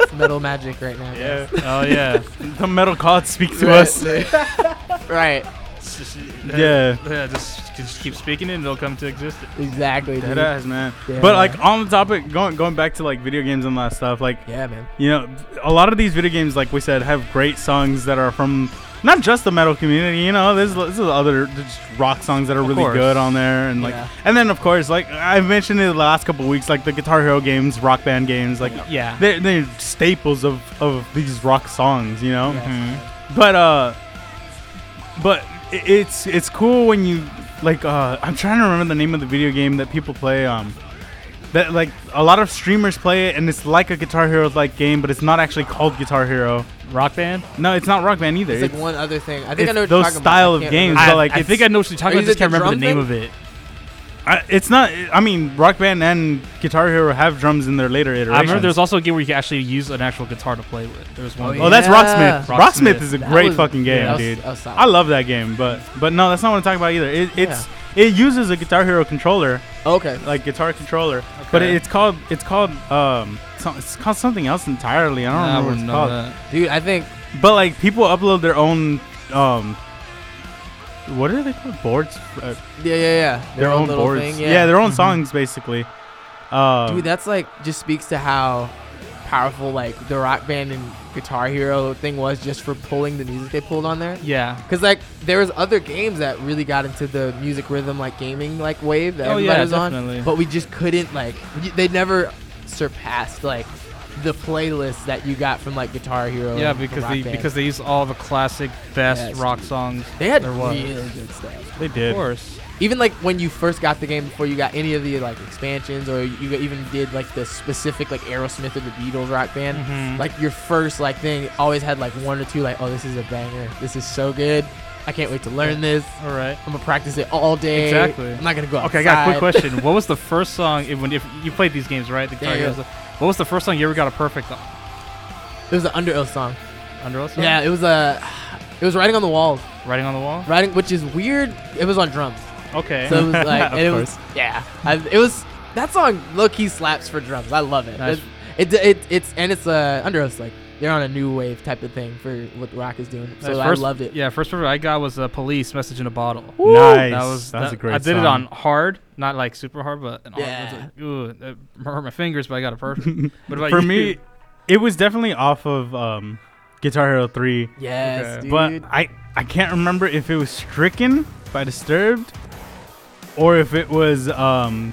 S3: It's metal magic right now. guys.
S2: Oh yeah,
S1: the metal god speak to
S3: Right,
S1: us.
S3: dude. [laughs] right.
S2: It's just- uh,
S1: Yeah.
S2: yeah. Just, just keep speaking it and it'll come to existence.
S3: Exactly, dude.
S1: Dead ass, man.
S3: Yeah.
S1: But like on the topic, going going back to like video games and all that stuff, like
S3: Yeah, man.
S1: you know, a lot of these video games, like we said, have great songs that are from not just the metal community. You know, there's there's other just rock songs that are really
S2: course.
S1: good on there, and like,
S3: Yeah.
S1: and then of course, like I mentioned in the last couple weeks, like the Guitar Hero games, Rock Band games, like
S2: Yeah.
S1: they're, they're staples of of these rock songs. You know,
S3: Yes.
S1: but uh, but i- it's it's cool when you like uh, I'm trying to remember the name of the video game that people play um that like a lot of streamers play it and it's like a Guitar Hero like game, but it's not actually called Guitar Hero.
S2: Rock band.
S1: No, it's not Rock Band either.
S3: It's
S1: It's,
S3: like one other thing. I think
S1: it's
S3: I know what you're
S1: those
S3: talking
S1: style
S3: about. I
S1: of
S3: can't
S1: games,
S3: remember.
S1: but
S2: I,
S1: like
S2: I
S1: it's,
S2: think I know what you're talking
S3: Or Oh,
S2: about. I
S3: is
S2: just
S3: it
S2: can't
S3: the
S2: remember the
S3: drum
S2: name of
S3: thing?
S2: it.
S1: I- it's not. I mean, Rock Band and Guitar Hero have drums in their later iterations.
S2: I remember there's also a game where you can actually use an actual guitar to play with. There was one.
S1: Oh, that's
S3: Yeah.
S1: Rocksmith. Rocksmith.
S2: Rocksmith.
S1: is a
S3: That
S1: great
S3: was-
S1: fucking game,
S3: that was-
S1: dude.
S3: that was solid.
S1: I love that game, but but no, that's not what I'm talking about either. It, it's it uses a Guitar Hero controller,
S3: Okay.
S1: like guitar controller, but
S2: Okay.
S1: it's called it's called um so, it's called something else entirely. I don't
S2: Nah, I
S1: remember what
S2: wouldn't
S1: it's
S2: know
S1: called.
S2: that.
S3: Dude, I think
S1: But like people upload their own um what are they called boards? Uh,
S3: yeah, yeah, yeah.
S1: their, own,
S3: little
S1: boards.
S3: thing,
S1: yeah. their
S2: Mm-hmm.
S1: own songs basically. Uh,
S3: Dude, that's like just speaks to how powerful like the rock band and guitar hero thing was just for pulling the music they pulled on there.
S2: Yeah.
S3: Cause like there was other games that really got into the music rhythm like gaming like wave that
S2: Oh,
S3: everybody
S2: yeah,
S3: was
S2: definitely.
S3: on, but we just couldn't like y- they never surpassed like the playlist that you got from like Guitar Hero.
S2: Yeah,
S3: and from
S2: because
S3: Rock
S2: they
S3: Band.
S2: because they used all the classic best
S3: Yes,
S2: rock
S3: dude.
S2: songs.
S3: they had
S2: there was.
S3: really good stuff.
S1: they
S2: Of
S1: did.
S2: course.
S3: even like when you first got the game before you got any of the like expansions or you even did like the specific like Aerosmith or the Beatles rock band,
S2: Mhm.
S3: like your first like thing always had like one or two like, oh, this is a banger, this is so good, I can't wait to learn this,
S2: All right.
S3: I'm gonna practice it all day.
S2: Exactly.
S3: I'm not gonna go outside.
S2: Okay, I got a quick question. what was the first song if, when if you played these games, right? The Guitar
S3: Yeah, yeah.
S2: Hero stuff. What was the first song you ever got a perfect on?
S3: It was an Under Oath song.
S2: Under Oath song?
S3: Yeah, it was a, it was writing on the walls,
S2: Writing on the wall.
S3: writing, which is weird. It was on drums,
S2: Okay.
S1: [laughs]
S3: so it
S2: [laughs]
S3: was like,
S1: Of
S3: and it was yeah, I, it was that song low key slaps for drums. I love it.
S2: Nice.
S3: It, it, it it's and it's uh, under us like they're on a new wave type of thing for what rock is doing. So
S2: That's
S3: I
S2: first-
S3: loved it.
S2: Yeah, first perfect I got was a police message in a bottle.
S1: Nice.
S2: That was
S1: that's
S2: that-
S1: a great.
S2: I did it
S1: song.
S2: on hard, not like super hard, but an
S3: Yeah.
S2: hard. it was Like, ooh, it hurt my fingers, but I got
S1: [laughs]
S2: it perfect. What about [laughs]
S1: For
S2: you?
S1: me, it was definitely off of um, Guitar Hero Three,
S3: Yes, dude.
S1: but I I can't remember if it was Stricken by Disturbed, or if it was um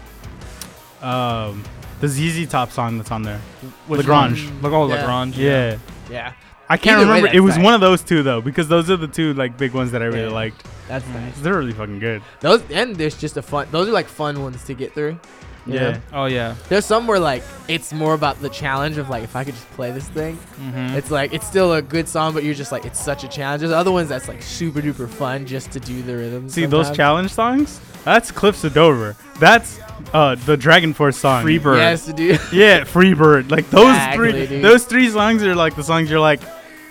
S1: um the ZZ Top song that's on there.
S2: Which
S1: Lagrange.
S2: one? Lag- oh,
S3: Yeah.
S2: Lagrange.
S1: Yeah.
S3: yeah,
S1: I can't
S3: Either way,
S1: remember.
S3: that's
S1: it was
S3: nice.
S1: one of those two though, because those are the two like big ones that I really
S3: Yeah.
S1: liked.
S3: that's nice.
S1: They're really fucking good.
S3: Those and there's just a fun. Those are like fun ones to get through. you
S1: Yeah.
S3: know?
S2: Oh yeah.
S3: There's some where like it's more about the challenge of like if I could just play this thing.
S2: Mm-hmm.
S3: It's like it's still a good song, but you're just like it's such a challenge. There's other ones that's like super duper fun just to do the rhythm.
S1: See those
S3: sometimes.
S1: challenge songs? That's Cliffs of Dover. That's uh the Dragon Force song.
S2: Freebird.
S3: Yes, to do.
S1: Yeah, Freebird. Like those
S3: Exactly,
S1: three
S3: dude.
S1: those three songs are like the songs you're like,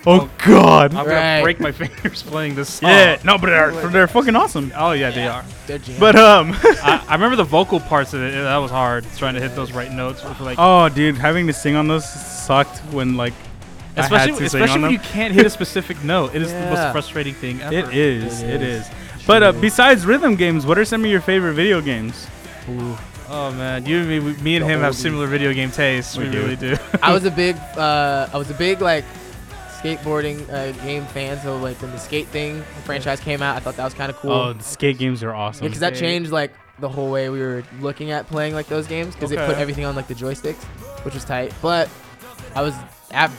S1: "Oh god."
S2: I'm
S3: Right.
S2: gonna break my [laughs] fingers playing this song.
S1: yeah, no, but they're, they're fucking awesome.
S2: Oh yeah, they are.
S3: [laughs] They're jam-
S1: But um [laughs]
S2: I, I remember the vocal parts of it. yeah, That was hard. Trying to hit those right notes with like,
S1: Oh, dude, having to sing on those sucked when like I had
S2: especially
S1: to sing
S2: especially
S1: on
S2: when
S1: them.
S2: you can't hit a specific note. It is the
S3: Yeah.
S2: most frustrating thing ever.
S1: It is. It is. But uh, besides rhythm games, what are some of your favorite video games?
S2: Oh man, you and me, we- me and him have similar video game tastes. We,
S1: We do.
S2: really do.
S3: I was a big, uh, I was a big like skateboarding uh, game fan. So like when the skate thing franchise came out, I thought that was kind of cool
S1: Oh, the skate games are awesome.
S3: because that changed like the whole way we were looking at playing like those games because it put
S2: Okay.
S3: everything on like the joysticks, which was tight. But I was ab-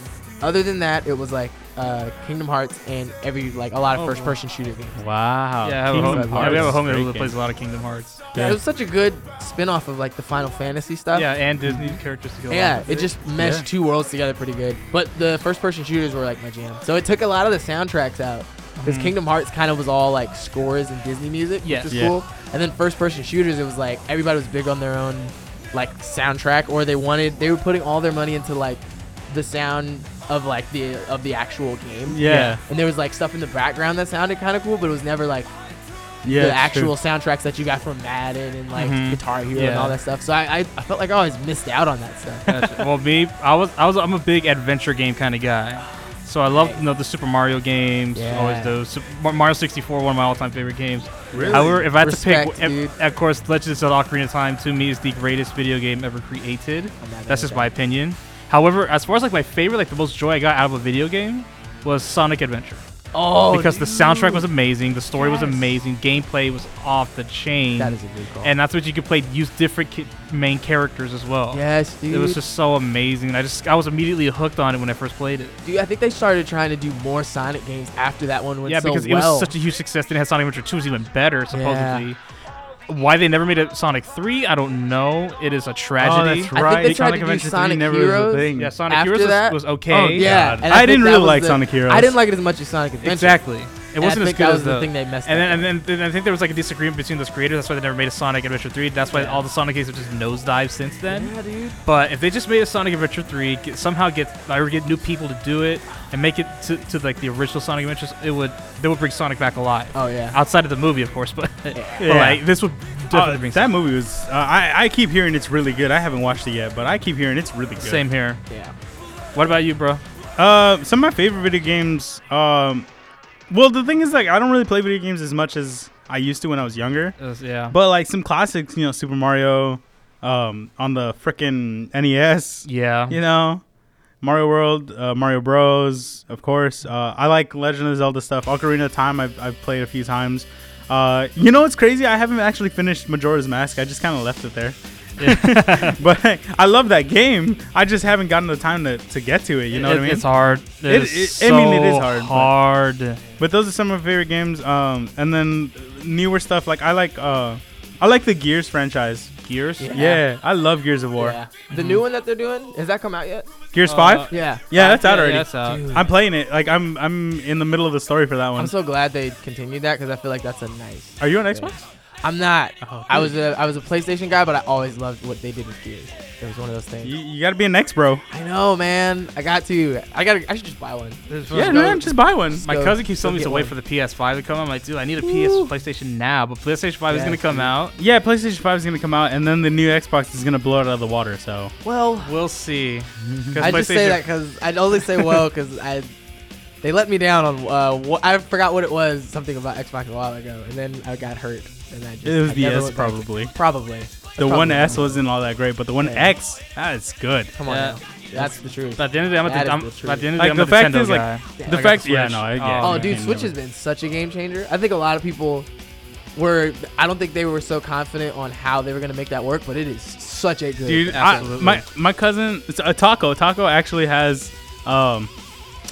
S3: other than that, it was like uh, Kingdom Hearts and every like a lot of
S2: Oh,
S3: first person shooter games.
S9: Wow.
S2: yeah, I have a
S9: Kingdom
S2: home, yeah, we have a
S9: Hearts
S2: homie
S9: freaking-
S2: who plays a lot of Kingdom Hearts.
S3: Yeah, it was such a good spin off of like the Final Fantasy stuff.
S2: yeah, and Disney characters to go. along
S3: Yeah,
S2: with
S3: it just meshed
S9: Yeah.
S3: two worlds together pretty good. But the first person shooters were like my jam. So it took a lot of the soundtracks out. Because
S2: Mhm.
S3: Kingdom Hearts kind of was all like scores and Disney music,
S2: Yes.
S3: which was
S9: Yeah.
S3: cool. And then first person shooters, it was like everybody was big on their own like soundtrack or they wanted they were putting all their money into like the sound of like the of the actual game.
S9: Yeah.
S3: And there was like stuff in the background that sounded kind of cool, but it was never like
S1: Yeah,
S3: the
S1: it's
S3: actual
S1: true.
S3: soundtracks that you got from Madden and like
S2: Mhm.
S3: Guitar Hero and
S2: Yeah.
S3: all that stuff. So I, I, I felt like I always missed out on that stuff.
S2: Gotcha. well, me, I was, I was, I'm a big adventure game kind of guy. So I love, you know, the Super Mario games.
S3: Yeah.
S2: Always those. Sup- Mar- Mario 64, one of my all-time favorite games.
S1: Really?
S2: However, if I had
S3: Respect,
S2: to pick, w-
S3: dude.
S2: if, of course, Legend of Zelda: Ocarina of Time to me is the greatest video game ever created.
S3: I'm not
S2: That's
S3: gonna
S2: just my opinion. However, as far as like my favorite, like the most joy I got out of a video game was Sonic Adventure
S3: Oh,
S2: because the
S3: dude.
S2: soundtrack was amazing, the story was
S3: Yes.
S2: amazing, gameplay was off the chain,
S3: That is a good call.
S2: Mm. and that's what you could play. Use different ki- main characters as well.
S3: yes, dude.
S2: It was just so amazing. I just I was immediately hooked on it when I first played it.
S3: dude, I think they started trying to do more Sonic games after that one went
S2: yeah,
S3: so
S2: because it
S3: well.
S2: was such a huge success. Then it had Sonic Adventure 2 was even better supposedly.
S3: Yeah.
S2: Why they never made a Sonic 3, I don't know. It is a
S1: Oh,
S2: tragedy.
S1: that's
S3: they
S1: right.
S3: tried to
S1: Sonic
S3: do
S1: Adventure 3
S3: Sonic
S1: never
S3: Heroes.
S1: was a thing.
S2: Yeah, Sonic
S3: After
S2: Heroes was-
S3: that-
S2: was, okay.
S1: Oh,
S3: yeah,
S1: God.
S3: and
S1: I
S3: think
S1: didn't
S3: that
S1: really
S3: was
S1: like
S3: the-
S1: Sonic Heroes.
S3: I didn't like it as much as Sonic Adventure.
S2: Exactly. It
S3: And
S2: wasn't
S3: I
S2: as
S3: think
S2: good
S3: that
S2: as
S3: was the
S2: the
S3: thing they messed
S2: and
S3: up
S2: then,
S3: with.
S2: and then and I think there was like a disagreement between those creators. That's why they never made a Sonic Adventure 3. That's why all the Sonic games have just nosedived since then.
S3: Yeah, dude.
S2: But if they just made a Sonic Adventure 3, get, somehow get or get new people to do it and make it to, to like the original Sonic Adventures, it would they would bring Sonic back alive.
S3: Oh yeah. Oh,
S2: Outside of the movie, of course,
S3: [laughs]
S2: but, [laughs] but
S1: Yeah.
S2: like this would definitely
S1: Uh,
S2: bring
S1: that movie was. Uh, I I keep hearing it's really good. I haven't watched it yet, but I keep hearing it's really good.
S2: Same here.
S3: Yeah.
S2: What about you, bro?
S1: Uh, some of my favorite video games. Um, well, the thing is, like, I don't really play video games as much as I used to when I was younger.
S2: It was- yeah.
S1: But like some classics, you know, Super Mario, um, on the frickin' NES.
S2: yeah.
S1: You know, Mario World, uh, Mario Bros. Of course. Uh, I like Legend of Zelda stuff. Ocarina of Time. I've I've played a few times. Uh, you know what's crazy? I haven't actually finished Majora's Mask. I just kind of left it
S2: [laughs]
S1: there. [laughs] but I love that game. I just haven't gotten the time to, to get to it. You know
S2: It-
S1: what I mean?
S2: It's hard.
S1: It-
S2: It's
S1: it- I mean, it is
S2: so
S1: hard, but-
S2: Hard.
S1: But those are some of my favorite games. Um, and then newer stuff like I like uh, I like the Gears franchise.
S2: Gears.
S3: Yeah.
S1: Yeah, I love Gears of War.
S3: Yeah. The new one that they're doing has that come out yet?
S1: Gears
S2: Uh,
S1: Five.
S3: Yeah.
S1: Yeah, that's out already.
S2: that's out.
S3: Dude,
S1: I'm playing it. Like I'm I'm in the middle of the story for that one.
S3: I'm so glad they continued that because I feel like that's a nice.
S1: are you on Xbox?
S3: I'm not. I was a I was a PlayStation guy, but I always loved what they did with Gears. It was one of those things.
S1: You, you gotta be an X bro.
S3: I know, man. I got to. I got. to I should just buy one.
S1: Yeah, man, just buy one.
S2: My
S3: Go-
S2: cousin keeps
S3: go
S2: telling me to
S3: get
S2: wait
S3: one.
S2: for the PS5 to come. I'm like, dude, I need a PS
S3: Woo.
S2: PlayStation now, but PlayStation 5 is
S3: Yeah,
S2: gonna come
S3: dude.
S2: out.
S1: Yeah, PlayStation 5 is gonna come out, and then the new Xbox is gonna blow it out of the water. So
S3: Well,
S2: We'll see. 'Cause
S3: I just say
S2: PlayStation
S3: that because I only say well because I they let me down on uh, wh- I forgot what it was something about Xbox a while ago and then I got hurt and I just
S1: it was
S3: I
S1: the
S3: never
S1: S
S3: went back.
S1: probably.
S3: probably
S1: The
S3: probably
S1: one
S3: the
S1: S wasn't all that great, but the one
S3: Yeah.
S1: X, that is good.
S3: come on
S2: Yeah.
S3: now. that's the truth
S2: At the end of the day, I'm a,
S3: That
S2: I'm,
S3: is the
S2: at the end of the
S1: Like,
S2: day, I'm
S1: the
S2: a
S1: fact
S2: Nintendo
S1: is, like,
S2: guy.
S3: Yeah.
S2: I
S1: The
S2: got
S1: fact,
S2: Switch.
S1: yeah, no, I get it.
S2: Oh,
S3: oh
S2: man.
S3: dude Switch
S1: never-
S3: has been such a game changer I think a lot of people were I don't think they were so confident on how they were gonna make that work but it is such a good
S1: dude. I,
S3: absolutely.
S1: my my cousin, it's a taco. Taco actually has um,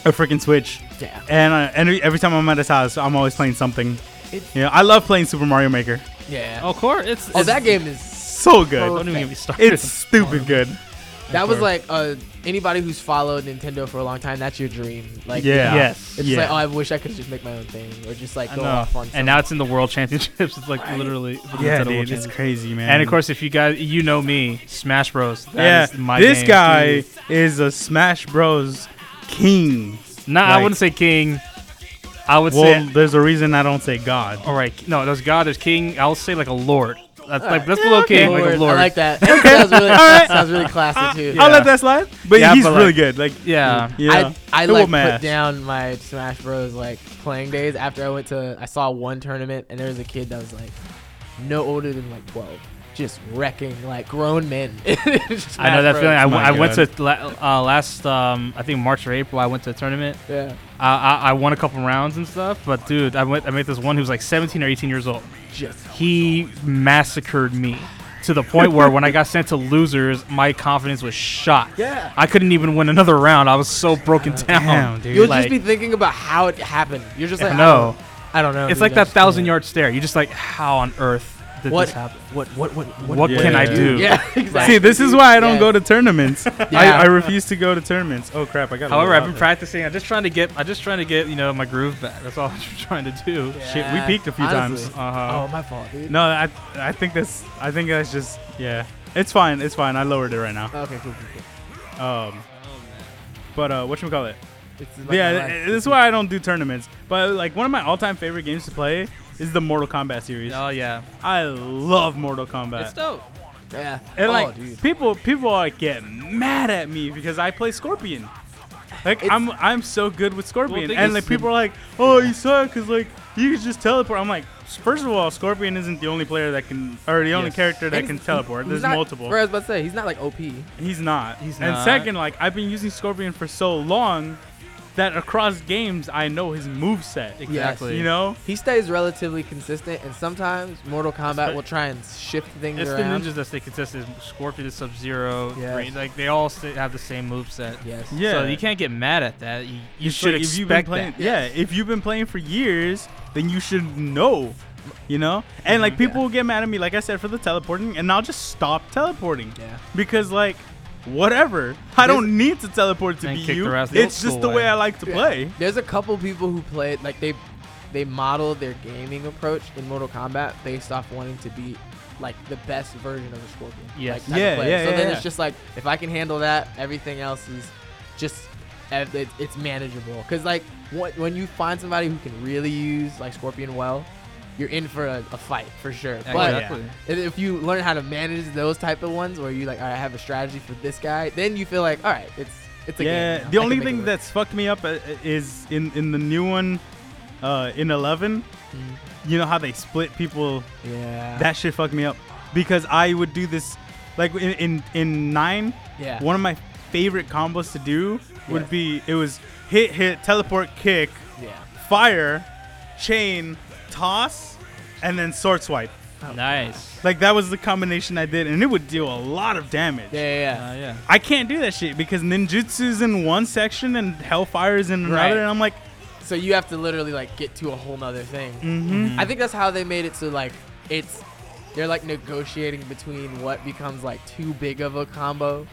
S1: a freaking Switch,
S3: yeah
S1: and uh, and every time I'm at his house, I'm always playing something.
S3: It-
S1: You know, I love playing Super Mario Maker.
S3: yeah oh,
S2: Of course, it's. it's-
S3: that game is
S1: So good.
S2: Don't even get me started.
S1: It's stupid good.
S3: that was
S1: course.
S3: like uh anybody who's followed Nintendo for a long time that's your dream like
S1: Yeah.
S2: Yes.
S3: It's
S1: Yeah.
S3: like, oh, I wish I could just make my own thing, or just like
S2: I
S3: go
S2: know.
S3: off on.
S2: And now it's in the World Championships. [laughs] It's like literally. the Nintendo
S1: Yeah,
S2: World
S1: dude, it's
S2: Championships.
S1: crazy, man.
S2: And of course, if you guys, you know me, Smash Bros. That
S1: yeah,
S2: is my
S1: this
S2: game,
S1: guy
S2: dude.
S1: is a Smash Bros. king.
S2: Nah, I
S1: like-
S2: wouldn't say king. I would
S1: Well,
S2: say
S1: there's a reason I don't say God.
S2: All right, no, there's God, there's King. I'll say like a Lord. That's like that's
S1: Yeah,
S2: below
S1: okay.
S2: King,
S3: Lord,
S2: like a Lord.
S3: I like
S2: [laughs]
S3: that. That sounds really,
S1: All right.
S3: sounds really classy too.
S1: I'll let that slide, but
S2: Yeah,
S1: he's
S2: but,
S1: really
S2: like-
S1: good. Like,
S2: Uh, yeah.
S1: yeah,
S3: I, I
S1: Cool
S3: like
S1: mash.
S3: put down my Smash Bros. like playing days after I went to. I saw one tournament and there was a kid that was like no older than like 12, just wrecking like grown men. [laughs]
S2: I know that feeling. I, w-
S7: My
S2: I went to
S7: God.
S2: la- uh, last, um, I think March or April. I went to a tournament.
S3: Yeah.
S2: I, I, I won a couple rounds and stuff, but dude, I went. I met this one who was like 17 or 18 years old.
S3: Just
S2: He massacred me to the point where when I got sent to losers, my confidence was shot.
S3: Yeah.
S2: I couldn't even win another round. I was so broken down.
S1: Damn,
S2: [laughs]
S1: dude.
S3: You'll
S2: Like-
S3: just be thinking about how it happened. You're just
S2: I
S3: like, I
S2: know.
S3: don't- I don't know.
S2: It's
S3: dude,
S2: like
S3: I
S2: that
S3: just can't.
S2: thousand yard stare. You're just like, how on earth did
S3: What-
S2: this happen?
S3: What? What? What?
S2: What, can I do?
S3: Yeah, exactly.
S1: See, this is why I don't
S3: Yeah.
S1: go to
S2: [laughs]
S1: tournaments.
S3: Yeah.
S1: I, I refuse to go to tournaments. Oh crap! I got.
S2: However, I've been practicing. I'm just trying to get. I'm just trying to get you know my groove back. That's all [laughs] I'm trying to do.
S1: Shit, we peaked a few
S3: Honestly.
S1: times. Uh-huh.
S2: Uh huh.
S3: Oh, my fault, dude.
S1: No, I I think that's I think that's just yeah. It's fine. It's fine. I lowered it right now.
S3: Okay, cool, cool, cool.
S1: Um, but uh, what call it?
S3: It's like
S1: Yeah,
S3: my
S1: th-
S3: last-
S1: this is why I don't do tournaments. But like one of my all-time favorite games to play is the Mortal Kombat series.
S2: Oh yeah.
S1: I love Mortal Kombat.
S2: It's dope.
S3: Yeah.
S1: And
S3: oh,
S1: like
S3: dude.
S1: people, people are getting mad at me because I play Scorpion. Like
S3: It's-
S1: I'm, I'm so good with Scorpion,
S2: thing
S1: and
S2: is-
S1: like people are like, "Oh, you suck," because like you can just teleport. I'm like, first of all, Scorpion isn't the only player that can, or the only
S2: Yes.
S1: character that
S3: And
S1: can
S3: he's-
S1: teleport. [laughs]
S3: he's
S1: There's
S3: not-
S1: multiple.
S3: Where I was about to say, he's not like OP.
S1: He's not. He's and
S2: not.
S1: second, like I've been using Scorpion for so long that across games I know his move set.
S2: Exactly.
S1: You know,
S3: He stays relatively consistent, and sometimes Mortal Kombat will try and shift things
S2: It's the
S3: around.
S2: ninjas that stay consistent. Scorpion, Sub Zero,
S3: Yes.
S2: like they all stay, have the same moveset.
S3: Yes.
S1: Yeah.
S2: So you can't get mad at that. You, you
S1: It's
S2: should
S1: like,
S2: expect
S1: if you've been playing,
S2: that.
S1: Yeah, if you've been playing for years, then you should know, you know. And
S3: Mm-hmm.
S1: like people will get mad at me, like I said, for the teleporting, and I'll just stop teleporting
S3: Yeah.
S1: because like, whatever. I don't need to teleport to
S2: And
S1: be
S2: kick
S1: you.
S2: their ass the old
S1: It's just
S2: school
S1: the way
S2: way.
S1: I like to play.
S3: There's a couple people who played like they they modeled their gaming approach in Mortal Kombat based off wanting to be like the best version of a scorpion.
S2: Yes.
S3: Like, type of
S1: Yeah,
S3: player.
S1: yeah,
S3: So
S1: yeah,
S3: then
S1: yeah.
S3: it's just like if I can handle that, everything else is just ev- it- it's manageable. Cause like wh- when you find somebody who can really use like scorpion well, you're in for a, a fight for sure. But
S2: Exactly.
S3: and if you learn how to manage those type of ones, where you like, all right, I have a strategy for this guy, then you feel like, all right, it's it's a
S1: yeah,
S3: game. now.
S1: the
S3: I can
S1: only
S3: make it
S1: thing
S3: work.
S1: that's fucked me up uh, is in in the new one, uh, in eleven.
S3: Mm-hmm.
S1: You know how they split people
S3: yeah,
S1: That shit fucked me up because I would do this, like in in, in nine.
S3: Yeah.
S1: One of my favorite combos to do would
S3: Yes.
S1: be it was hit hit teleport kick
S3: yeah.
S1: fire, chain toss, and then sword swipe.
S2: Nice.
S1: Like that was the combination I did, and it would deal a lot of damage.
S3: Yeah, yeah,
S2: Uh, yeah.
S1: I can't do that shit because ninjutsu's in one section and hellfire's in another,
S3: Right.
S1: and I'm like,
S3: yeah. So you have to literally like get to a whole nother thing.
S1: mm-hmm.
S3: I think that's how they made it so like it's they're like negotiating between what becomes like too big of a combo,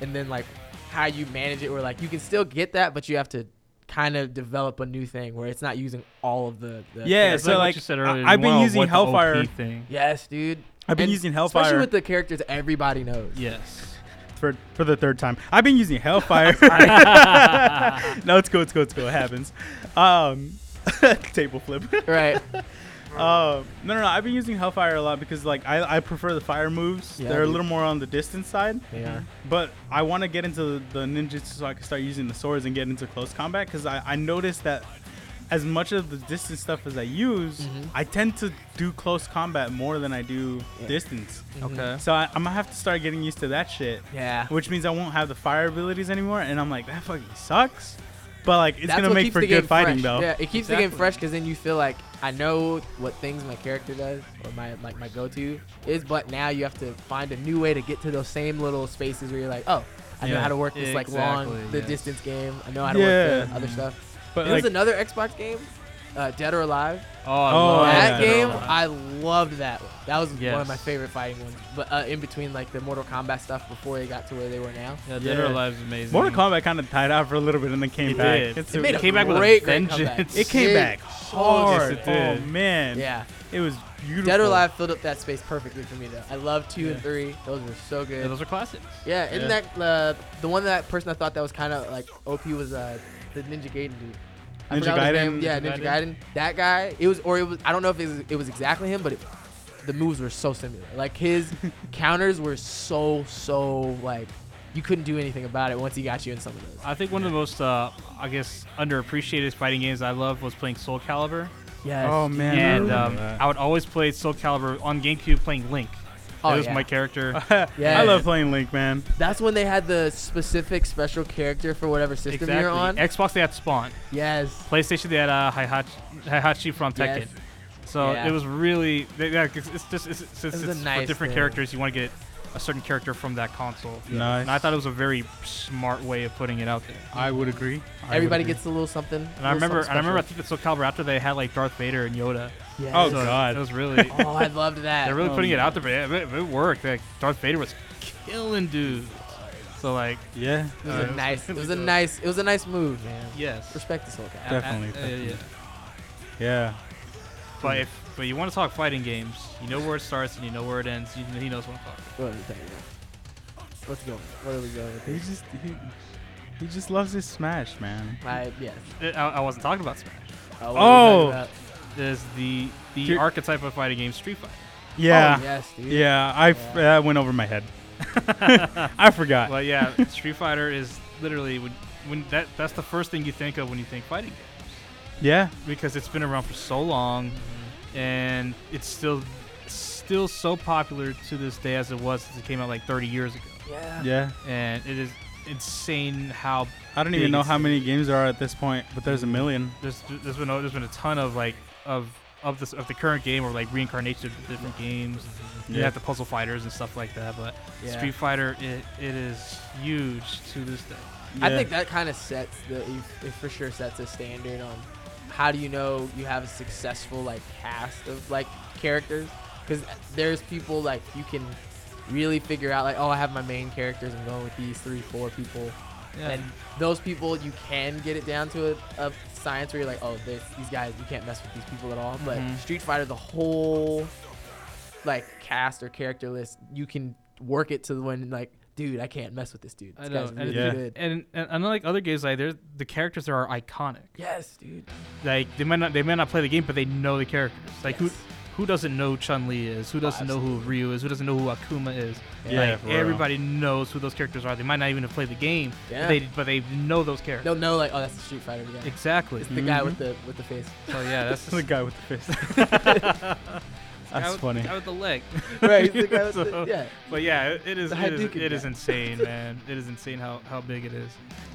S3: and then like how you manage it. Where like you can still get that, but you have to kind of develop a new thing where it's not using all of the. the
S1: Yeah,
S2: It's
S1: so
S2: what
S1: like,
S2: you said
S1: I-
S2: earlier, you
S1: I've been
S2: wanna
S1: using
S2: avoid the OP
S1: Hellfire.
S2: thing.
S3: Yes, dude.
S1: I've been
S3: And
S1: using
S3: especially
S1: Hellfire.
S3: with the characters everybody knows.
S2: Yes.
S1: for for the third time. I've been using
S3: [laughs]
S1: Hellfire. [laughs] no, it's cool. It's cool. It's cool. It happens. Um, [laughs] table flip. [laughs]
S3: Right.
S1: Um, no, no, no. I've been using Hellfire a lot because like I, I prefer the fire moves.
S3: Yeah,
S1: They're a
S3: dude.
S1: little more on the distance side,
S3: they are.
S1: but I want to get into the, the ninjutsu so I can start using the swords and get into close combat because I I noticed that. As much of the distance stuff as I use,
S3: Mm-hmm.
S1: I tend to do close combat more than I do distance.
S3: Mm-hmm.
S2: Okay.
S1: So I, I'm gonna have to start getting used to that shit
S3: Yeah.
S1: which means I won't have the fire abilities anymore. And I'm like, that fucking sucks. But like, it's
S3: That's
S1: gonna
S3: what
S1: make
S3: keeps
S1: for
S3: the
S1: good
S3: game
S1: fighting
S3: fresh.
S1: though.
S3: Yeah, it keeps the game
S2: Exactly.
S3: fresh because then you feel like I know what things my character does or my like my go-to is, but now you have to find a new way to get to those same little spaces where you're like, oh, I know
S1: Yeah.
S3: how to work this like long
S2: Exactly,
S3: the
S2: yes.
S3: distance game. I know how to work the
S1: Yeah.
S3: other stuff.
S1: But
S3: there
S1: like,
S3: was another Xbox game, uh, Dead or Alive.
S2: Oh, I
S1: Oh,
S2: love
S1: yeah.
S3: that
S2: that
S3: game, I loved that one. That was one of
S2: Yes.
S3: my favorite fighting ones. But uh, in between like the Mortal Kombat stuff before they got to where they were now.
S2: Yeah, Dead or
S1: Yeah.
S2: Alive is amazing.
S1: Mortal Kombat kind of died out for a little bit and then came
S2: It
S1: back.
S2: did.
S1: It's
S3: It
S1: a-
S3: made a
S2: came back with a
S3: great, great comeback.
S2: vengeance.
S1: it came
S3: Dude,
S1: back hard.
S2: Yes, it did.
S1: Oh man,
S3: Yeah.
S1: it was beautiful.
S3: Dead or Alive filled up that space perfectly for me though. I love two and three; those were so
S2: Yeah,
S3: good.
S2: those are classics.
S3: Yeah, isn't
S1: Yeah.
S3: that uh, the one that person I thought that was kind of like OP was uh, the Ninja Gaiden dude. I
S1: Ninja
S3: forgot his
S1: Gaiden?
S3: name. Yeah, Ninja
S2: Ninja
S3: Gaiden. That guy. It was, or it was. I don't know if it was, it was exactly him, but it, the moves were so similar.
S1: [laughs]
S3: Like his counters were so so like you couldn't do anything about it once he got you in some of those.
S2: I think one of the most, uh, I guess, underappreciated fighting games I loved was playing Soul Calibur.
S3: Yes.
S1: Oh man, I
S2: and
S1: remember
S2: um,
S1: that.
S2: I would always play Soul Calibur on GameCube playing Link.
S3: Oh,
S2: it was
S3: yeah. [laughs]
S2: my character.
S3: Yeah.
S1: I love playing Link, man.
S3: That's when they had the specific special character for whatever system
S2: exactly.
S3: you're on.
S2: Xbox they had Spawn.
S3: yes.
S2: PlayStation they had uh, Hihachi, Hihachi from Tekken.
S3: Yes.
S2: So
S3: Yeah.
S2: it was really they, yeah, 'cause it's just it's, since
S3: was
S2: it's,
S3: a nice
S2: for different
S3: thing.
S2: characters, you want to get a certain character from that console.
S1: Nice.
S2: And I thought it was a very smart way of putting it out there.
S1: I would agree. I would
S3: Everybody
S1: agree.
S3: gets a little something.
S2: And I remember, and I remember, I think it's Soul Calibur after they had like Darth Vader and Yoda.
S1: Oh,
S2: so
S1: God.
S2: it was really
S3: [laughs] oh, I loved that.
S2: [laughs] they're really
S1: Oh,
S2: putting it
S1: no.
S2: out there, but it, it- it worked. Like Darth Vader was killing dudes. So like
S1: yeah.
S3: it was a nice. It was a
S2: [laughs]
S3: nice. It was a nice move, man.
S2: yes,
S3: Respect this little guy.
S1: Definitely,
S2: Uh, uh, yeah, yeah.
S1: Yeah.
S2: But if but you want to talk fighting games, you know where it starts and you know where it ends. You, he knows what I'm talking.
S3: What are we talking about? Let's go. What are we going with?
S1: He
S3: this?
S1: just he, he just loves his Smash, man.
S3: I, yes.
S2: about. Uh, I, I wasn't talking about Smash.
S3: Oh. what are
S1: Oh.
S3: we talking about?
S2: There's the the
S1: Dude.
S2: archetype of fighting game, Street [laughs] Fighter.
S1: Yeah.
S3: Oh, yes, dude.
S1: Yeah, I f- that went over my head. [laughs] I forgot.
S2: Well, yeah, Street Fighter is literally when when that that's the first thing you think of when you think fighting games.
S1: yeah.
S2: because it's been around for so long Mm-hmm. and it's still still so popular to this day as it was since it came out like 30 years ago
S3: Yeah.
S1: Yeah.
S2: and it is insane how
S1: I don't
S2: big
S1: even know
S2: it's-
S1: how many games there are at this point, but there's a million.
S2: there's, there's been a, there's been a ton of like of of this of the current game or like reincarnation of different games you
S1: Yeah.
S2: have the puzzle fighters and stuff like that but
S3: Yeah.
S2: street fighter it, it is huge to this day
S3: I
S1: Yeah.
S3: think that kind of sets the it for sure sets a standard on how do you know you have a successful like cast of like characters because there's people like you can really figure out like oh I have my main characters I'm going with these three four people and those people you can get it down to a, a science where you're like oh this, these guys you can't mess with these people at all but
S2: Mhm.
S3: Street Fighter the whole like cast or character list you can work it to when like dude I can't mess with this dude
S2: I
S3: this
S2: know,
S3: guy's
S2: and-
S3: really
S1: Yeah.
S3: good
S2: and, and unlike other games like there the characters there are iconic
S3: Yes, dude.
S2: like they might not they might not play the game, but they know the characters. Like
S3: Yes.
S2: who who doesn't know Chun Li is? Who doesn't know who Ryu is? Who doesn't know who Akuma is?
S1: Yeah,
S2: like
S1: for real.
S2: everybody knows who those characters are. They might not even have played the game,
S3: Yeah.
S2: but they but they know those characters.
S3: They'll know like, oh, that's the Street Fighter guy.
S2: Exactly. Mm-hmm.
S3: It's the guy with the with the
S2: [laughs]
S3: face.
S2: So yeah, [laughs] that's
S1: the guy with the fist. That's funny.
S2: Out the leg.
S3: Right. It's the guy with the,
S2: [laughs] So-
S3: yeah.
S2: [laughs] But yeah, it- it is
S3: The
S2: it is,
S3: Hadouken
S2: it is
S3: guy.
S2: [laughs] insane, man. It is insane how, how big it is.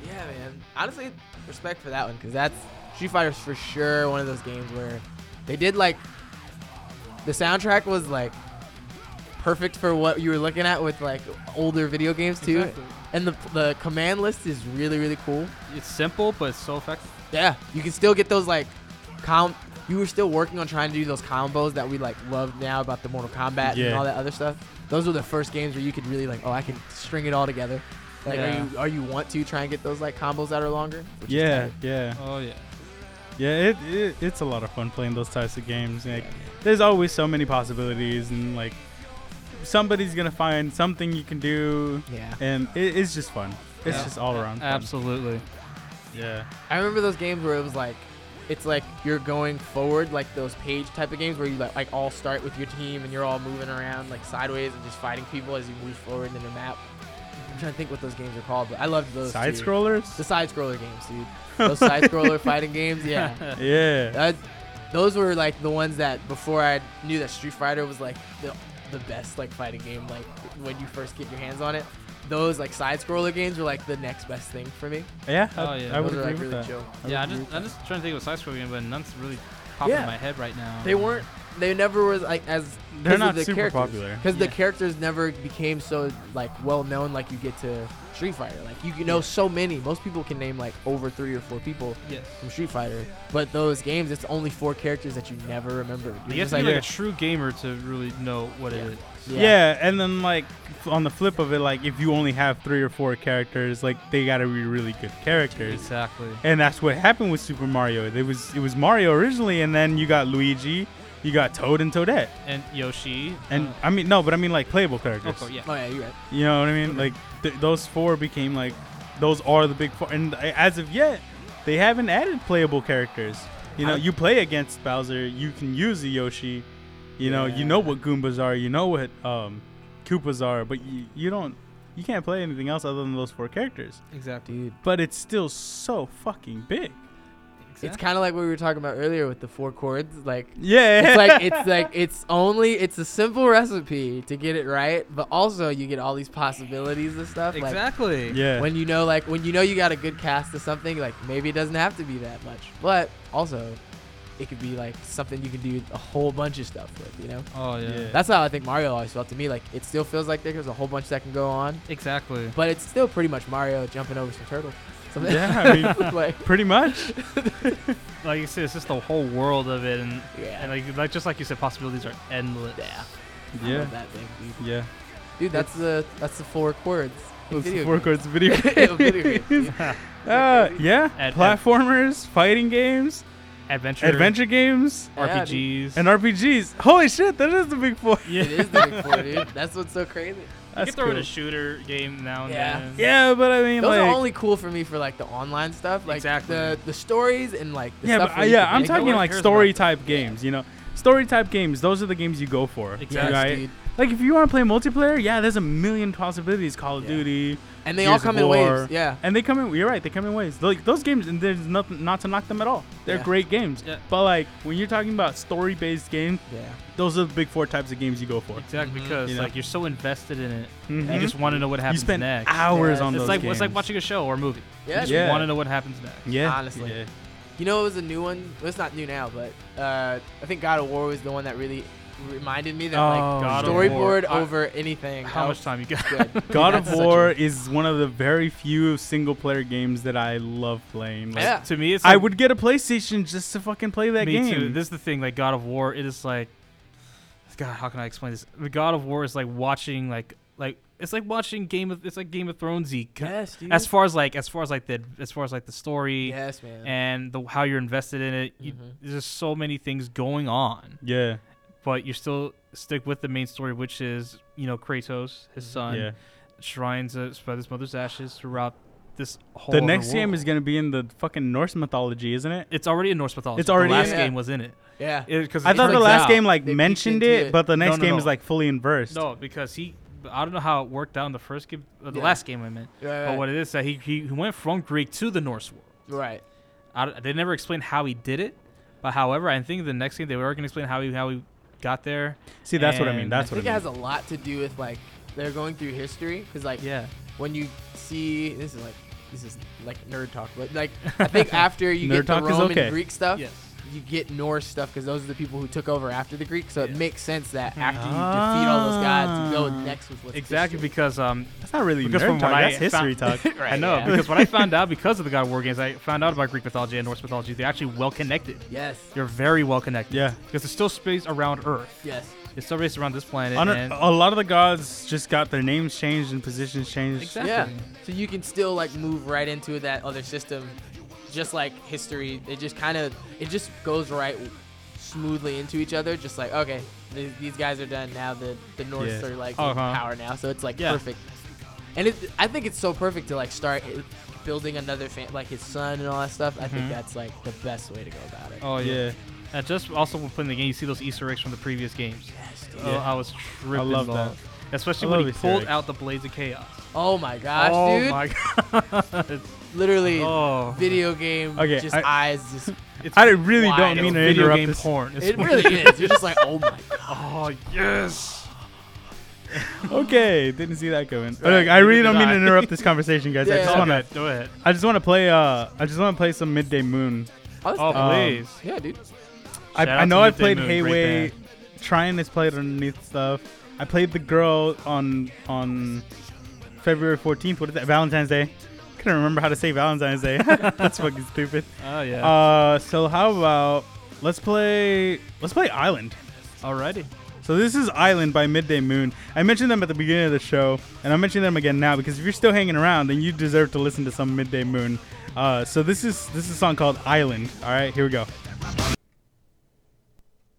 S3: Yeah, man. Honestly, respect for that one because that's Street Fighter's for sure one of those games where they did like the soundtrack was like perfect for what you were looking at with like older video games too,
S2: Exactly.
S3: and the the command list is really really cool.
S2: It's simple, but it's so effective.
S3: Yeah, you can still get those like com. You were still working on trying to do those combos that we like love now about the Mortal Kombat and
S1: Yeah.
S3: all that other stuff. Those were the first games where you could really like, oh, I can string it all together. Like,
S2: Yeah.
S3: are you are you want to try and get those like combos that are longer? which is
S1: Yeah,
S3: tight.
S1: yeah,
S2: Oh yeah.
S1: yeah. It, it it's a lot of fun playing those types of games. Like, there's always so many possibilities, and like, somebody's gonna find something you can do,
S3: yeah.
S1: and it, it's just fun. It's
S2: Yeah.
S1: just all around. Fun.
S2: Absolutely.
S1: Yeah.
S3: I remember those games where it was like, it's like you're going forward, like those page type of games where you like, like all start with your team and you're all moving around like sideways and just fighting people as you move forward in the map. I'm trying to think what those games are called, but I loved those.
S1: Side
S3: too. The
S1: scrollers.
S3: side scroller games, dude. Those
S1: [laughs]
S3: side scroller fighting games, yeah.
S1: Yeah.
S3: That, those were like the ones that before I knew that Street Fighter was like the, the best like fighting game. Like when you first get your hands on it, those like side scroller games were like the next best thing for me.
S1: Yeah. I,
S2: Oh, yeah.
S1: I would agree
S3: Those are like
S1: with
S3: really
S1: that.
S3: chill.
S1: I
S2: Yeah, I'm
S1: would agree
S2: just
S1: with
S2: I'm just trying to think of side scrolling, but none's really popping
S3: Yeah.
S2: in my head right now.
S3: They weren't. They never was like as. 'cause
S1: They're
S3: of
S1: not
S3: the
S1: super
S3: characters.
S1: popular.
S3: because the
S2: Yeah.
S3: characters never became so like well known like you get to Street Fighter. Like you, you know so many. Most people can name like over three or four people
S2: Yes.
S3: from Street Fighter, but those games it's only four characters that you never remember. You're
S2: You
S3: just
S2: have to be
S3: like,
S2: like a true gamer to really know what it is.
S1: Yeah. and then like f- on the flip of it, like if you only have three or four characters, like they gotta be really good characters.
S2: Exactly.
S1: And that's what happened with Super Mario. It was it was Mario originally, and then you got Luigi, you got Toad and Toadette,
S2: And Yoshi.
S1: and
S2: uh,
S1: I mean no, but I mean like playable characters.
S2: Coco, yeah.
S3: Uh-huh. Oh yeah, Mm-hmm. you're right.
S1: You know what I mean? Like th- those four became like those are the big four, and uh, as of yet, they haven't added playable characters. You know,
S2: I-
S1: you play against Bowser, you can use a Yoshi. You know, you know what Goombas are, you know what um, Koopas are, but you, you don't, you can't play anything else other than those four characters.
S2: Exactly.
S3: Dude,
S1: But it's still so fucking big.
S3: It's kind of like what we were talking about earlier with the four chords.
S2: [laughs]
S3: Like,
S1: Yeah.
S3: it's like it's like it's only it's a simple recipe to get it right, but also you get all these possibilities and stuff.
S2: Exactly.
S1: yeah.
S3: Like when you know, like when you know you got a good cast of something, like maybe it doesn't have to be that much, but also it could be like something you can do a whole bunch of stuff with. You know,
S2: Oh yeah.
S1: Yeah.
S3: that's how I think Mario always felt to me. Like it still feels like there's a whole bunch that can go on,
S2: Exactly.
S3: but it's still pretty much Mario jumping over some turtles.
S1: [laughs]
S3: Something [laughs]
S1: yeah, I mean, [laughs]
S3: like
S1: pretty much.
S2: Like you said, it's just the whole world of it, and
S3: yeah,
S2: and like, like just like you said, possibilities are endless.
S3: yeah, I
S1: Yeah.
S3: love that thing, dude.
S1: Yeah.
S3: Dude, that's the that's the four chords. in
S1: Those
S3: [laughs] video
S1: four
S3: games.
S1: chords
S3: [laughs]
S1: video.
S3: Of video games, dude.
S1: [laughs] uh, yeah.
S2: And-
S1: Platformers, fighting games,
S2: Adventure.
S1: adventure games,
S3: Yeah, dude.
S2: RPGs.
S1: and RPGs. Holy shit, that is the big four.
S2: yeah.
S3: It is the big four, dude. That's what's so crazy.
S2: You
S1: That's
S2: can throw in
S1: cool.
S2: a shooter game now and
S3: Yeah.
S2: then.
S1: Yeah, but I mean,
S3: Those
S1: like,
S3: are only cool for me for like the online stuff, like
S2: Exactly.
S3: the the stories and like the
S1: yeah,
S3: stuff
S1: but, uh,
S3: where you
S1: yeah.
S3: can
S1: I'm
S3: make
S1: talking
S2: one
S1: like
S2: cares
S1: story
S2: about
S1: type games. You know, story type games. Those are the games you go for.
S3: it. Yes,
S2: Exactly.
S1: Right?
S3: dude.
S1: Like if you want to play multiplayer, yeah, there's a million possibilities. Call of
S3: Yeah.
S1: Duty,
S3: And they all
S1: Gears of
S3: come in
S1: War.
S3: waves. Yeah.
S1: and they come in. You're right, they come in waves. Like those games, and there's nothing not to knock them at all. They're
S3: Yeah.
S1: great games.
S2: Yeah.
S1: But like when you're talking about story-based games,
S3: Yeah.
S1: those are the big four types of games you go for.
S2: Exactly,
S3: Mhm.
S2: because
S1: You know.
S2: like you're so invested in it,
S1: Mhm.
S2: Mm-hmm. you just want to know what
S1: You
S2: happens
S1: spend
S2: next.
S1: hours
S3: Yeah.
S1: on
S2: it's
S1: those
S2: like
S1: games.
S2: it's like watching a show or a movie. You
S3: Yeah.
S2: just
S1: Yeah.
S2: want to know what happens next.
S1: Yeah,
S3: Honestly.
S2: [laughs]
S1: yeah.
S3: You know, it was a new one. Well, it's not new now, but uh, I think God of War was the one that really reminded me that
S1: Oh,
S3: like
S2: God of War.
S3: storyboard
S2: I-
S3: over anything.
S2: How much
S3: else
S2: time you got?
S1: [laughs]
S3: is good.
S1: God
S3: That's
S1: of
S3: such a-
S1: War is one of the very few single-player games that I love playing. Like,
S3: Yeah.
S2: to me, it's
S1: I
S2: like-
S1: would get a PlayStation just to fucking play that
S2: me
S1: game.
S2: too. This is the thing. Like God of War, it is like, God, how can I explain this? The God of War is like watching like like it's like watching Game of it's like Game of Thronesy. c-
S3: Yes, dude.
S2: As far as like as far as like the as far as like the story
S3: yes, man.
S2: and the how you're invested in it, you,
S3: Mhm.
S1: Mm-hmm.
S2: there's just so many things going on.
S1: yeah,
S2: but you still stick with the main story, which is you know Kratos, his son,
S1: yeah.
S2: shrines uh, spread his mother's ashes throughout this whole.
S1: The
S2: other
S1: next game
S2: world.
S1: is gonna be in the fucking Norse mythology, isn't it?
S2: It's already in Norse mythology.
S1: It's already
S2: the last
S3: in-
S2: game was in it.
S3: yeah.
S2: It- 'cause
S1: I
S2: it
S1: thought the
S2: turns
S1: last
S2: out-
S1: game like
S3: they peeked
S1: mentioned
S3: into
S1: it,
S3: it.
S1: but the next
S2: no,
S1: game
S2: no.
S1: is like fully inversed.
S2: No, because he. I don't know how it worked out in the first game, uh, the
S3: Yeah.
S2: last game I meant.
S3: Right,
S2: But
S3: right.
S2: what it is that he he went from Greek to the Norse world.
S3: right.
S2: I don't- they never explained how he did it, but however, I think the next game they were going to explain how he how he got there.
S1: See, that's what I mean.
S2: And
S1: That's
S3: I
S1: what I
S3: think it
S1: mean.
S3: has a lot to do with like they're going through history because like
S2: Yeah.
S3: when you see this is like this is like nerd talk, but
S2: [laughs]
S3: like I think after you
S1: Nerd
S3: get the
S1: talk is
S3: Roman
S1: okay.
S3: Greek stuff,
S2: Yes.
S3: you get Norse stuff because those are the people who took over after the Greek. So it
S2: Yeah.
S3: makes sense that after you defeat all those gods, you go
S1: Ah.
S3: next with what's
S2: Exactly
S3: history.
S2: because um
S1: that's not really
S2: because
S1: nerd
S2: from
S1: talk.
S2: what I
S1: That's history talk.
S2: [laughs] found-
S3: Right,
S2: I know
S3: yeah.
S2: because when
S3: [laughs]
S2: I found out because of the God of War games, I found out about Greek mythology and Norse mythology. They're actually well connected.
S3: yes,
S2: They're very well connected. [laughs]
S1: Yeah.
S2: because there's still space around Earth.
S3: yes,
S2: There's still space around this planet.
S1: On a,
S2: and
S1: a lot of the gods just got their names changed and positions changed.
S2: Exactly.
S3: yeah. [laughs] So you can still like move right into that other system, just like history. It just kind of it just goes right smoothly into each other. Just like okay, th- these guys are done now. The the Norse
S1: Yeah.
S3: are like
S2: Uh-huh.
S3: in power now, so it's like
S2: Yeah.
S3: perfect. And it, I think it's so perfect to like start i- building another fan, like his son and all that stuff. I think that's like the best way to go about it.
S2: Mm-hmm. oh yeah.
S1: Yeah,
S2: And just also when playing the game, you see those Easter eggs from the previous games.
S3: Yes, dude.
S2: Oh, I was tripping
S1: love
S2: balls. Especially
S1: I
S2: when
S1: love
S2: he
S1: Easter
S2: pulled
S1: eggs.
S2: out the blades of chaos.
S3: Oh my gosh,
S2: oh
S3: dude!
S2: my god!
S3: Literally,
S2: oh,
S3: video game.
S1: Okay,
S3: just
S1: I-
S3: eyes
S2: [laughs]
S3: just.
S2: it's
S1: I really
S3: Why?
S1: don't
S2: it's
S1: mean to
S2: video
S1: interrupt
S2: game
S1: this.
S2: porn. It's
S3: It really is. You're just like, oh my
S2: [laughs] oh yes.
S1: Okay, didn't see that coming. Look, I really
S2: did
S1: don't mean to
S2: I.
S1: interrupt
S2: [laughs]
S1: this conversation, guys. I
S3: Yeah.
S1: just want to.
S2: Go ahead.
S1: I just want to play. Uh, I just want to play some Midday Moon.
S3: I was
S2: Oh
S1: Um,
S2: please.
S3: yeah, dude.
S1: I,
S2: Shout
S1: I
S2: out
S1: know
S2: to
S1: I've
S2: Midday
S1: played
S2: Moon,
S1: Hayway.
S2: great
S1: Trying has played underneath stuff. I played the girl on on February 14th. What is that? Valentine's Day. Couldn't remember how to say Valentine's Day. [laughs] That's fucking stupid.
S2: Oh yeah.
S1: Uh, so how about let's play let's play Island.
S2: Alrighty.
S1: So this is Island by Midday Moon. I mentioned them at the beginning of the show, and I'm mentioning them again now because if you're still hanging around, then you deserve to listen to some Midday Moon. Uh, so this is this is a song called Island. All right, here we go.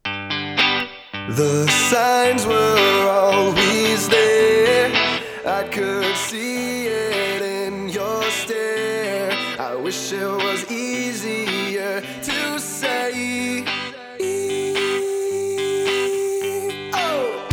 S9: The signs were always there. I could see it in your stare. I wish it was easier to say. E, Oh.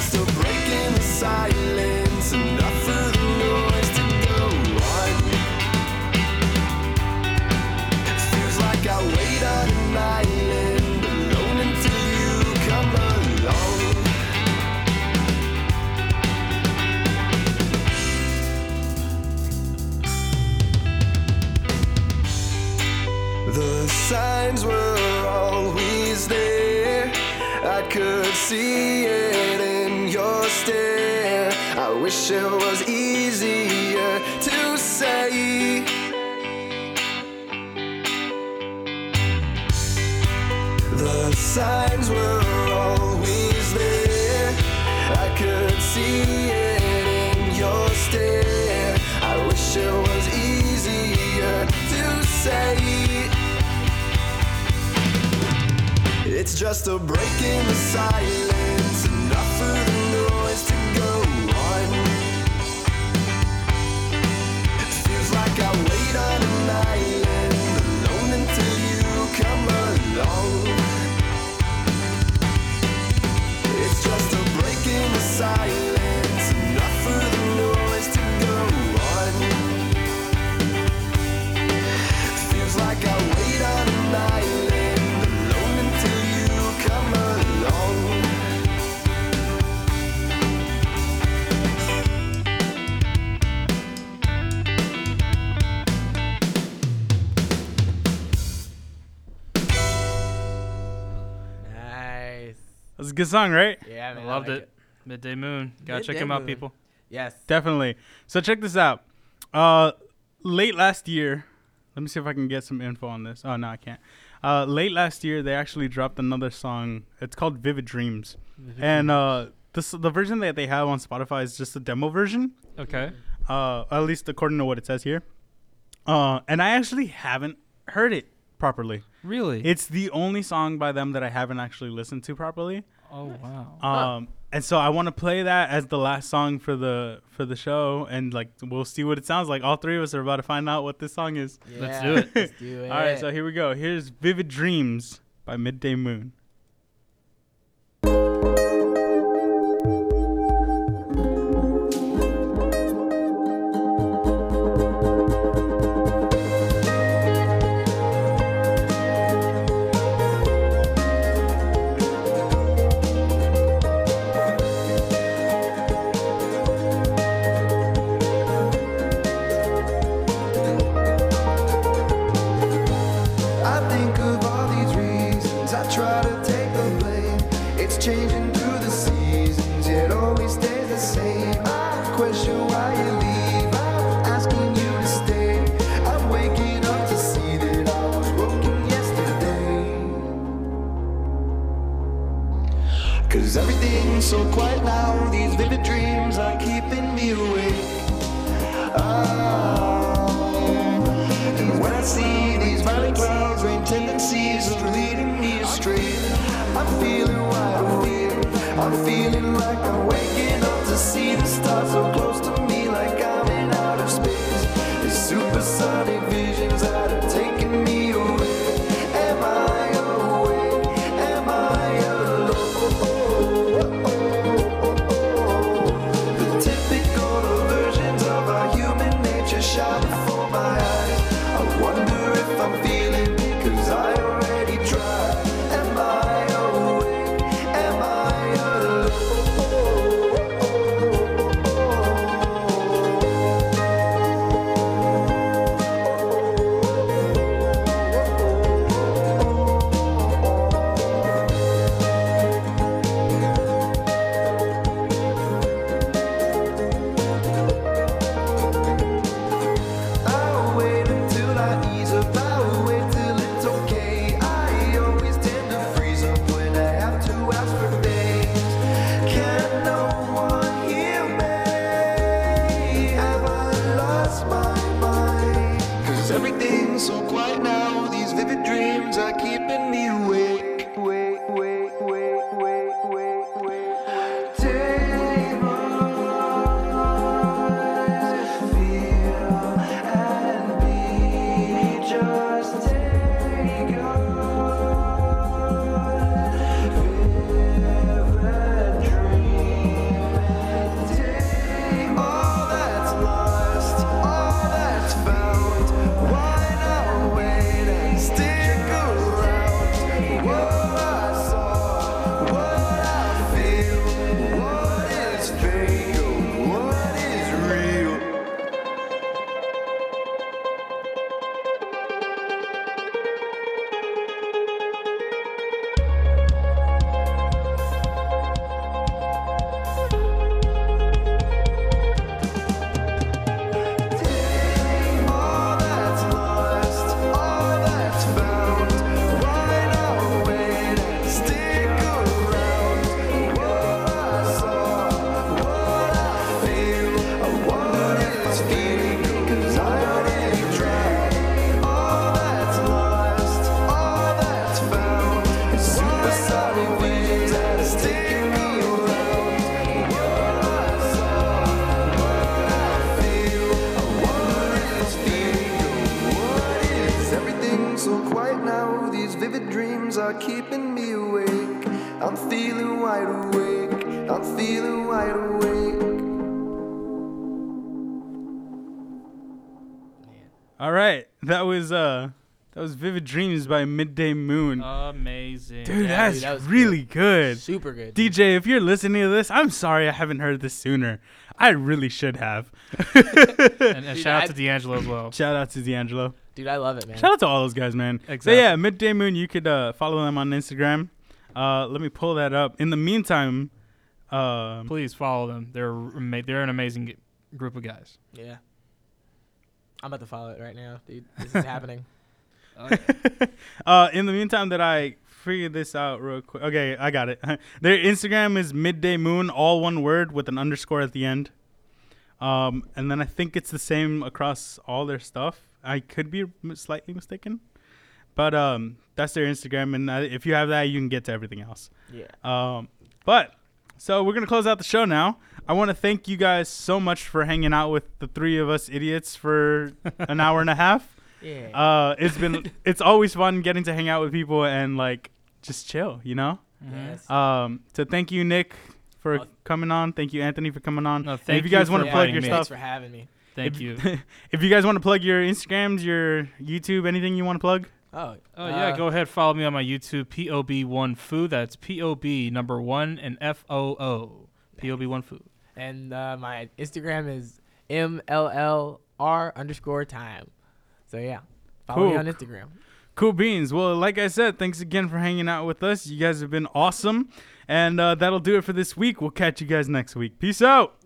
S8: still breaking the silence, enough for the noise to go on. Feels like I wait on an island, alone until you come along. The signs were always there. I could see it in your stare. I wish it was easier to say. The signs were always there. I could see it in your stare. I wish it was easier to say. It's just a break in the silence, enough for the noise to go on. It feels like I wait on an island, alone until you come along. It's just a break in the silence, enough for the noise to go on. Feels like I wait on an island. Alone until you come along.
S3: Nice.
S1: That's a good song, right?
S3: Yeah, man. I
S2: Loved
S3: like
S2: it. Midday Moon. Gotta check
S3: Midday
S2: him out,
S3: Moon.
S2: people.
S3: Yes.
S1: Definitely. So check this out. Uh, late last year, let me see if I can get some info on this. Oh no, I can't. Uh, late last year, they actually dropped another song. It's called "Vivid Dreams," and uh, this the version that they have on Spotify is just a demo version.
S2: Okay.
S1: Uh, at least according to what it says here. Uh, and I actually haven't heard it properly.
S2: Really?
S1: It's the only song by them that I haven't actually listened to properly.
S2: oh wow.
S1: Um, and so I want to play that as the last song for the for the show, and like we'll see what it sounds like. All three of us are about to find out what this song is. [laughs]
S3: Yeah,
S2: Let's do it.
S3: Let's do it.
S1: All right, so here we go. Here's "Vivid Dreams" by Midday Moon.
S8: I think of all these reasons. I try to take the blame. It's changing through the seasons. It always stays the same. I question why you leave. I'm asking you to stay. I'm waking up to see that I was broken yesterday. Cause everything's so quiet now. These vivid dreams are keeping me awake. Ah, and when I see these violent clouds, rain tendencies are leading me astray. I'm feeling wide awake. I'm feeling like I'm waking up to see the stars so close to me, like I'm in outer space. These supersonic visions that are taking me away. Am I awake? Am I alone? The typical versions of our human nature shine before my eyes. I wonder if I'm feeling it, 'cause I already tried. Am I awake? Am I alone?
S9: wide awake.
S1: All right, that was uh, that was "Vivid Dreams" by Midday [laughs] Moon.
S2: Amazing.
S1: Dude,
S2: Oh, Yeah,
S1: that's
S2: dude, that was
S1: really good.
S3: [laughs] Super good,
S1: DJ, if you're listening to this, I'm sorry I haven't heard this sooner. I really should have.
S2: And, and shout out to D'Angelo as
S1: [laughs]
S2: well.
S1: Shout out to D'Angelo.
S3: Dude, I love it, man.
S1: Shout out to all those guys, man. So
S2: Exactly.
S1: yeah, Midday Moon, you could uh, follow them on Instagram. Uh, let me pull that up. In the meantime, um,
S2: Please follow them. They're ama- they're an amazing g- group of guys.
S3: Yeah. I'm about to follow it right now, dude. This
S2: [laughs]
S3: is happening.
S1: uh, in the meantime that I figure this out real quick. Okay, I got it. [laughs] Their Instagram is Midday Moon, all one word with an underscore at the end. Um, and then I think it's the same across all their stuff. I could be m- slightly mistaken, but um, that's their Instagram. And uh, if you have that, you can get to everything else.
S3: Yeah.
S1: Um, but so we're gonna close out the show now. I want to thank you guys so much for hanging out with the three of us idiots for an hour and a half.
S3: Yeah.
S1: Uh, it's been it's always fun getting to hang out with people and like just chill, you know.
S3: Yes.
S1: Um, so thank you, Nick, for
S3: Oh.
S1: coming on. Thank you, Anthony, for coming on.
S2: No,
S1: And
S2: thank
S1: if Uh, you
S2: you
S1: guys want
S2: for
S1: to plug
S2: inviting
S1: your
S2: me.
S3: Thanks
S1: stuff,
S3: for having me.
S2: Thank
S1: if,
S2: you.
S1: if you guys want to plug your Instagrams, your YouTube, anything you want to plug,
S3: Oh,
S2: Oh yeah, go ahead. Follow me on my YouTube. Pob one foo. That's pob number one and f o o. Pob one foo.
S3: And uh, my Instagram is MLLR underscore time. So, yeah. Follow me
S1: Cool.
S3: on Instagram.
S1: Cool beans. Well, like I said, thanks again for hanging out with us. You guys have been awesome. And uh, that'll do it for this week. We'll catch you guys next week. Peace out.